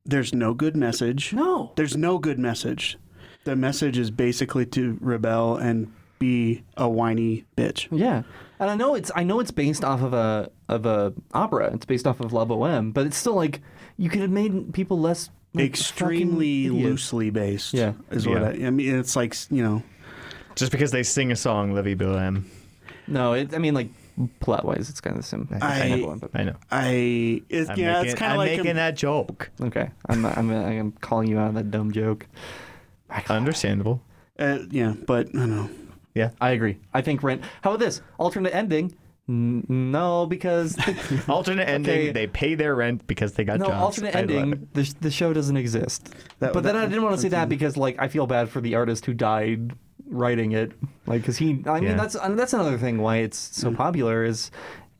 Speaker 3: there's no good message.
Speaker 2: no.
Speaker 3: There's no good message. The message is basically to rebel and be a whiny bitch.
Speaker 2: Yeah, and I know it's I know it's based off of a of a opera. It's based off of La Boheme, but it's still like you could have made people less like,
Speaker 3: Extremely
Speaker 2: fucking idiots.
Speaker 3: loosely based.
Speaker 2: Yeah.
Speaker 3: Is what
Speaker 1: Yeah.
Speaker 3: I, I mean. It's like, you know,
Speaker 1: Just because they sing a song, Levy Bohem.
Speaker 2: No, it, I mean like plot wise, it's kind of the same.
Speaker 3: I-
Speaker 1: I know.
Speaker 3: I. It,
Speaker 1: I'm
Speaker 3: yeah,
Speaker 1: making,
Speaker 3: it's kind
Speaker 1: I'm
Speaker 3: of like.
Speaker 1: making
Speaker 3: a-
Speaker 1: that joke.
Speaker 2: okay, I'm I'm I'm calling you out on that dumb joke.
Speaker 1: Understandable.
Speaker 3: uh, yeah, but I don't know.
Speaker 1: Yeah.
Speaker 2: I agree. I think Rent. How about this alternate ending? N- no, because
Speaker 1: [LAUGHS] Alternate ending.
Speaker 2: [LAUGHS] Okay.
Speaker 1: They pay their rent because they got
Speaker 2: no
Speaker 1: jobs.
Speaker 2: alternate
Speaker 1: I love
Speaker 2: ending.
Speaker 1: it.
Speaker 2: The, sh- the show doesn't exist.
Speaker 3: That-
Speaker 2: but then
Speaker 3: that-
Speaker 2: I didn't want to say that because like I feel bad for the artist who died writing it. Like because he, I mean
Speaker 1: Yeah. Mm.
Speaker 2: that's and that's another thing why it's so popular is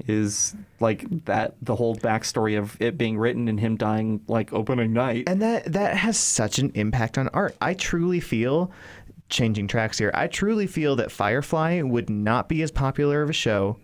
Speaker 2: is like that the whole backstory of it being written and him dying like opening night.
Speaker 1: And that that has such an impact on art. I truly feel changing tracks here. I truly feel that Firefly would not be as popular of a show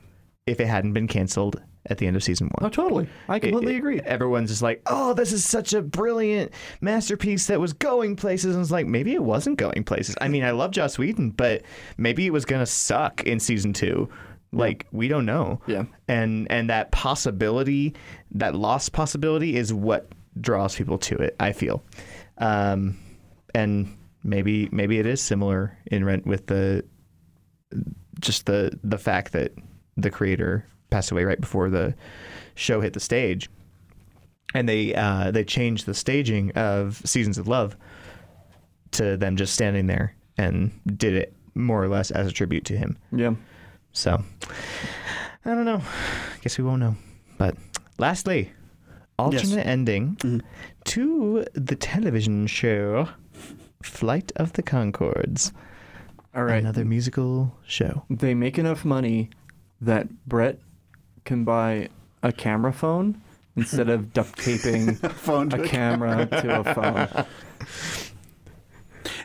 Speaker 1: if it hadn't been canceled at the end of season 1.
Speaker 2: oh, totally. I completely
Speaker 1: it-
Speaker 2: agree.
Speaker 1: Everyone's just like, "Oh, this is such a brilliant masterpiece that was going places." And it's like, maybe it wasn't going places. I mean, I love Joss Whedon, but maybe it was gonna suck in season two. Like, we don't know.
Speaker 2: Yeah.
Speaker 1: And and that possibility, that lost possibility, is what draws people to it. I feel, um, and maybe maybe it is similar in Rent with the just the the fact that the creator passed away right before the show hit the stage, and they uh, they changed the staging of Seasons of Love to them just standing there and did it more or less as a tribute to him.
Speaker 2: Yeah.
Speaker 1: So I don't know. Guess we won't know. But lastly, alternate ending
Speaker 3: Mm-hmm.
Speaker 1: to the television show Flight of the Concords.
Speaker 2: All right.
Speaker 1: Another musical show.
Speaker 2: They make enough money that Brett can buy a camera phone instead of duct taping
Speaker 3: Phone
Speaker 2: a
Speaker 3: to a
Speaker 2: camera to a phone.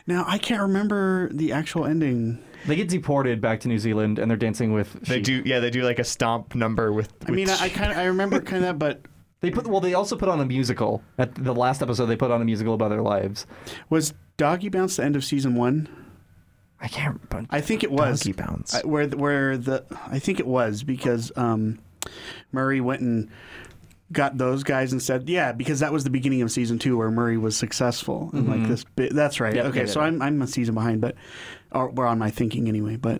Speaker 3: Now I can't remember the actual ending.
Speaker 2: They get deported back to New Zealand and they're dancing with.
Speaker 1: They
Speaker 2: sheep.
Speaker 1: do, yeah. They do like a stomp number with.
Speaker 3: I mean, I, I kind of I remember kind of that, but
Speaker 2: They put well. They also put on a musical at the last episode. They put on a musical about their lives.
Speaker 3: was Doggy Bounce the end of season one?
Speaker 2: I can't. remember.
Speaker 3: I think it was
Speaker 1: Doggy Bounce.
Speaker 3: I, where the- where the I think it was because um, Murray went and got those guys and said yeah because that was the beginning of season two where Murray was successful and like this bit that's right
Speaker 2: Mm-hmm. Yep,
Speaker 3: okay
Speaker 2: yeah,
Speaker 3: so
Speaker 2: yeah.
Speaker 3: I'm I'm a season behind but or we're on my thinking anyway but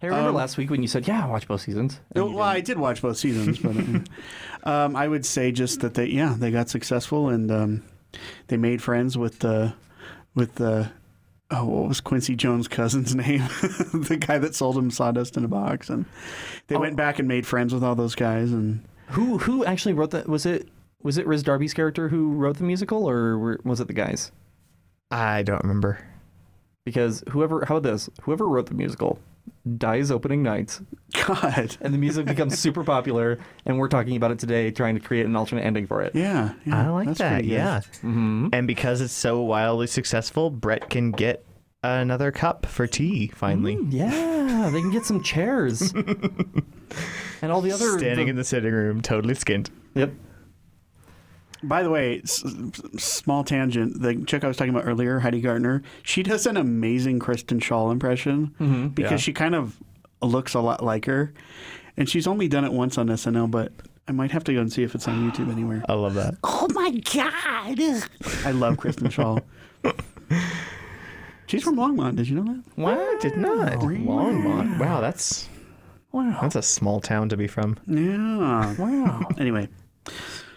Speaker 2: Hey, remember last week when you said, "Yeah, I watch both seasons." And
Speaker 3: No,
Speaker 2: you
Speaker 3: well, I did watch both seasons, but
Speaker 2: [LAUGHS]
Speaker 3: uh, um, I would say just that they, yeah, they got successful and um, they made friends with the, with the, oh, what was Quincy Jones' cousin's [LAUGHS] name? the guy that sold him sawdust in a box, and
Speaker 2: Oh.
Speaker 3: they went back and made friends with all those guys, and [LAUGHS]
Speaker 2: didn't. who who actually wrote that? Was it was it Riz Darby's character who wrote the musical, or were, was it the guys?
Speaker 1: I don't remember.
Speaker 2: Because whoever how about this whoever wrote the musical dies opening night,
Speaker 3: God,
Speaker 2: and the music becomes super popular, and we're talking about it today, trying to create an alternate ending for it.
Speaker 3: yeah, yeah
Speaker 1: I like
Speaker 3: Mm, that's
Speaker 1: that.
Speaker 3: pretty good.
Speaker 1: Yeah. And because it's so wildly successful, Brett can get another cup for tea finally.
Speaker 2: Yeah, they can get some chairs, and all the other
Speaker 1: Standing in the sitting room, totally skint.
Speaker 2: yep.
Speaker 3: By the way, s- s- small tangent. The chick I was talking about earlier, Heidi Gardner, she does an amazing Kristen Shaw impression because
Speaker 1: Yeah.
Speaker 3: she kind of looks a lot like her, and she's only done it once on SNL. But I might have to go and see if it's on YouTube anywhere.
Speaker 1: I love that.
Speaker 3: [GASPS] Oh my god! I love Kristen [LAUGHS] Shaw. She's from Longmont. Did you know that?
Speaker 1: Wow, did not. Longmont. Wow, that's
Speaker 3: Wow.
Speaker 1: that's a small town to be from.
Speaker 3: Yeah. Wow. anyway,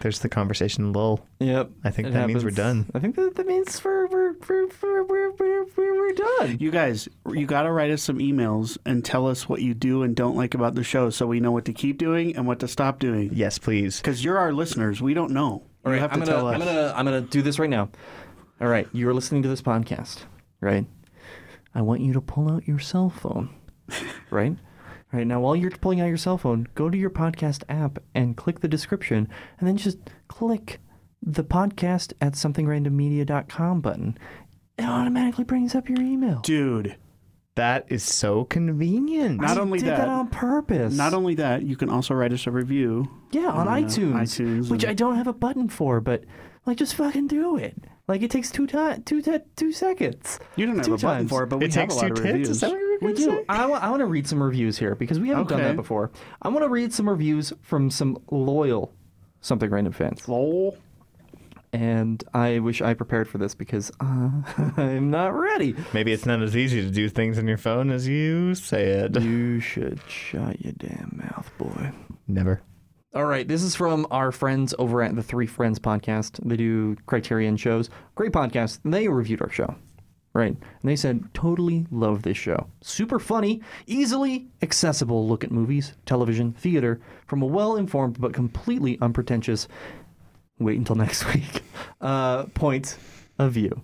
Speaker 1: There's the conversation lull.
Speaker 2: Yep.
Speaker 1: I think that means we're done.
Speaker 2: I think that, that means we're we're we're we're we're, we're, we're, we're done.
Speaker 3: you guys, you got to write us some emails and tell us what you do and don't like about the show, so we know what to keep doing and what to stop doing.
Speaker 1: Yes, please.
Speaker 3: Because you're our listeners. We don't know.
Speaker 2: All right,
Speaker 3: you have
Speaker 2: I'm
Speaker 3: to
Speaker 2: gonna
Speaker 3: tell us.
Speaker 2: I'm gonna I'm gonna do this right now. All right, you're listening to this podcast, right? I want you to pull out your cell phone, [LAUGHS] right? All right now, while you're pulling out your cell phone, go to your podcast app and click the description, and then just click the podcast at somethingandommedia.com button. It automatically brings up your email.
Speaker 3: Dude,
Speaker 1: That is so convenient.
Speaker 3: not only
Speaker 2: did that,
Speaker 3: that,
Speaker 2: on purpose.
Speaker 3: not only that, you can also write us a review.
Speaker 2: Yeah, on
Speaker 3: And, uh,
Speaker 2: Mm-hmm. iTunes,
Speaker 3: iTunes
Speaker 2: which
Speaker 3: and-
Speaker 2: I don't have a button for, but like just fucking do it. Like it takes two ti two ti two seconds.
Speaker 3: You don't have
Speaker 2: Two
Speaker 3: a button
Speaker 2: times.
Speaker 3: for it, but we
Speaker 1: it
Speaker 3: have a
Speaker 1: takes
Speaker 3: lot
Speaker 1: two
Speaker 3: of
Speaker 1: tits. Is
Speaker 3: reviews.
Speaker 1: that what you're
Speaker 2: We
Speaker 1: going to
Speaker 2: do.
Speaker 1: say?
Speaker 2: I want to read some reviews here because we haven't done
Speaker 3: Okay.
Speaker 2: that before. I want to read some reviews from some loyal something random fans,
Speaker 3: Lol.
Speaker 2: and I wish I prepared for this because uh, [LAUGHS] I'm not ready.
Speaker 1: Maybe it's not as easy to do things on your phone as you said.
Speaker 2: You should shut your damn mouth, boy.
Speaker 1: Never.
Speaker 2: All right, this is from our friends over at the Three Friends podcast. They do Criterion shows. Great podcast. And they reviewed our show, right? And they said, totally love this show. Super funny, easily accessible look at movies, television, theater from a well informed but completely unpretentious, wait until [LAUGHS] next week, uh, point of view.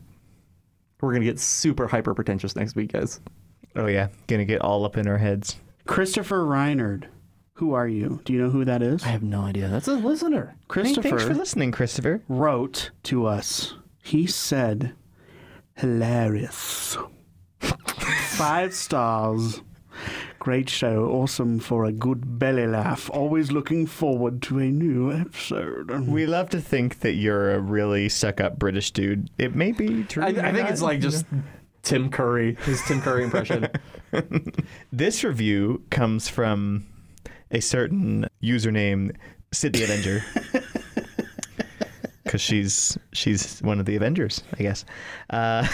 Speaker 2: We're going to get super hyper pretentious next week, guys.
Speaker 1: Oh yeah, gonna get all up in our heads.
Speaker 3: Christopher Reinard. Who are you? Do you know who that is?
Speaker 2: I have no idea. That's a listener.
Speaker 1: Hey,
Speaker 3: Christopher
Speaker 1: thanks for listening, Christopher.
Speaker 3: wrote to us. He said, hilarious. Five stars. Great show. Awesome for a good belly laugh. Always looking forward to a new episode.
Speaker 1: We love to think that you're a really suck-up British dude. It may be true.
Speaker 2: I,
Speaker 1: may
Speaker 2: I think
Speaker 1: not,
Speaker 2: it's like
Speaker 1: you know.
Speaker 2: just Tim Curry, his Tim Curry [LAUGHS] impression.
Speaker 1: This review comes from a certain username, Sid the Avenger. Because she's she's one of the Avengers, I guess. Uh,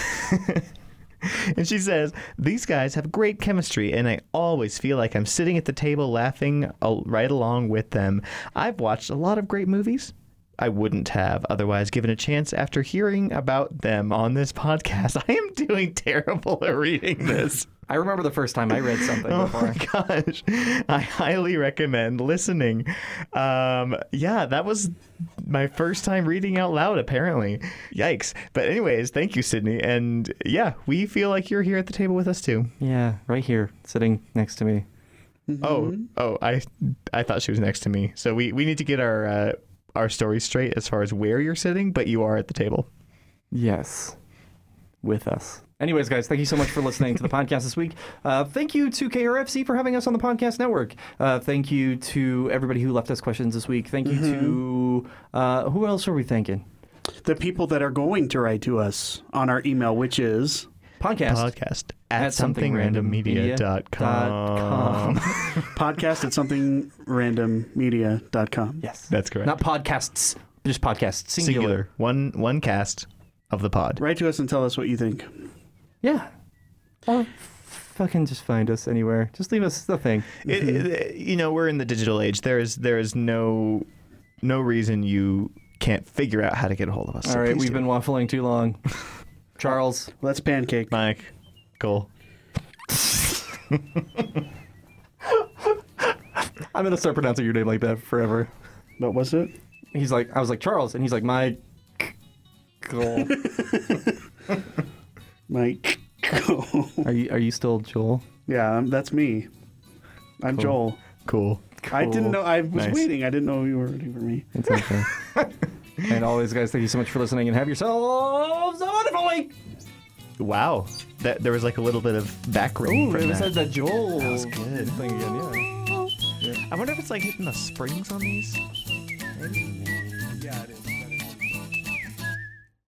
Speaker 1: [LAUGHS] and she says, These guys have great chemistry, and I always feel like I'm sitting at the table laughing al- right along with them. I've watched a lot of great movies. I wouldn't have otherwise given a chance after hearing about them on this podcast. [LAUGHS] I am doing terrible at reading this.
Speaker 2: I remember the first time I read something before.
Speaker 1: Oh my [LAUGHS] gosh. I highly recommend listening. Um, yeah, that was my first time reading out loud, apparently. Yikes. But, anyways, thank you, Sydney. And yeah, we feel like you're here at the table with us, too.
Speaker 2: Yeah, right here, sitting next to me.
Speaker 1: Oh, oh, I I thought she was next to me. So we we need to get our uh, our story straight as far as where you're sitting, but you are at the table.
Speaker 2: Yes. With us. Anyways, guys, thank you so much for listening to the podcast this week. Uh, thank you to KRFC for having us on the podcast network. Uh, thank you to everybody who left us questions this week. Thank you to uh, who else are we thanking?
Speaker 3: The people that are going to write to us on our email, which is
Speaker 2: Podcast.
Speaker 1: Podcast at, somethingrandommedia.com.
Speaker 3: podcast at somethingrandommedia.com.
Speaker 2: Yes.
Speaker 1: [LAUGHS] That's correct.
Speaker 2: Not podcasts, just podcasts. Singular.
Speaker 1: Singular. One one cast of the pod.
Speaker 3: Write to us and tell us what you think.
Speaker 2: Yeah. Or fucking just find us anywhere. Just leave us the thing.
Speaker 1: It, it- you know, we're in the digital age. There is there is no no reason you can't figure out how to get a hold of us.
Speaker 2: All
Speaker 1: So
Speaker 2: right,
Speaker 1: please
Speaker 2: we've
Speaker 1: do.
Speaker 2: been waffling too long. [LAUGHS] Charles,
Speaker 3: Let's pancake.
Speaker 1: Mike, Cole.
Speaker 2: I'm gonna start pronouncing your name like that forever.
Speaker 3: What was it?
Speaker 2: He's like, I was like Charles, and he's like my. [LAUGHS] Joel.
Speaker 3: Mike. [LAUGHS]
Speaker 2: Are you are you still Joel?
Speaker 3: yeah, um, that's me. I'm Joel.
Speaker 1: Cool.
Speaker 3: I didn't know. I was
Speaker 1: Nice.
Speaker 3: waiting. I didn't know you were ready for me.
Speaker 2: [LAUGHS] It's okay. and always, guys, thank you so much for listening, and have yourselves a wonderful week.
Speaker 1: Wow. That there was like a little bit of back ring from that.
Speaker 2: that Joel
Speaker 1: good.
Speaker 2: thing again. Yeah.
Speaker 1: I wonder if it's like hitting the springs on these. Maybe.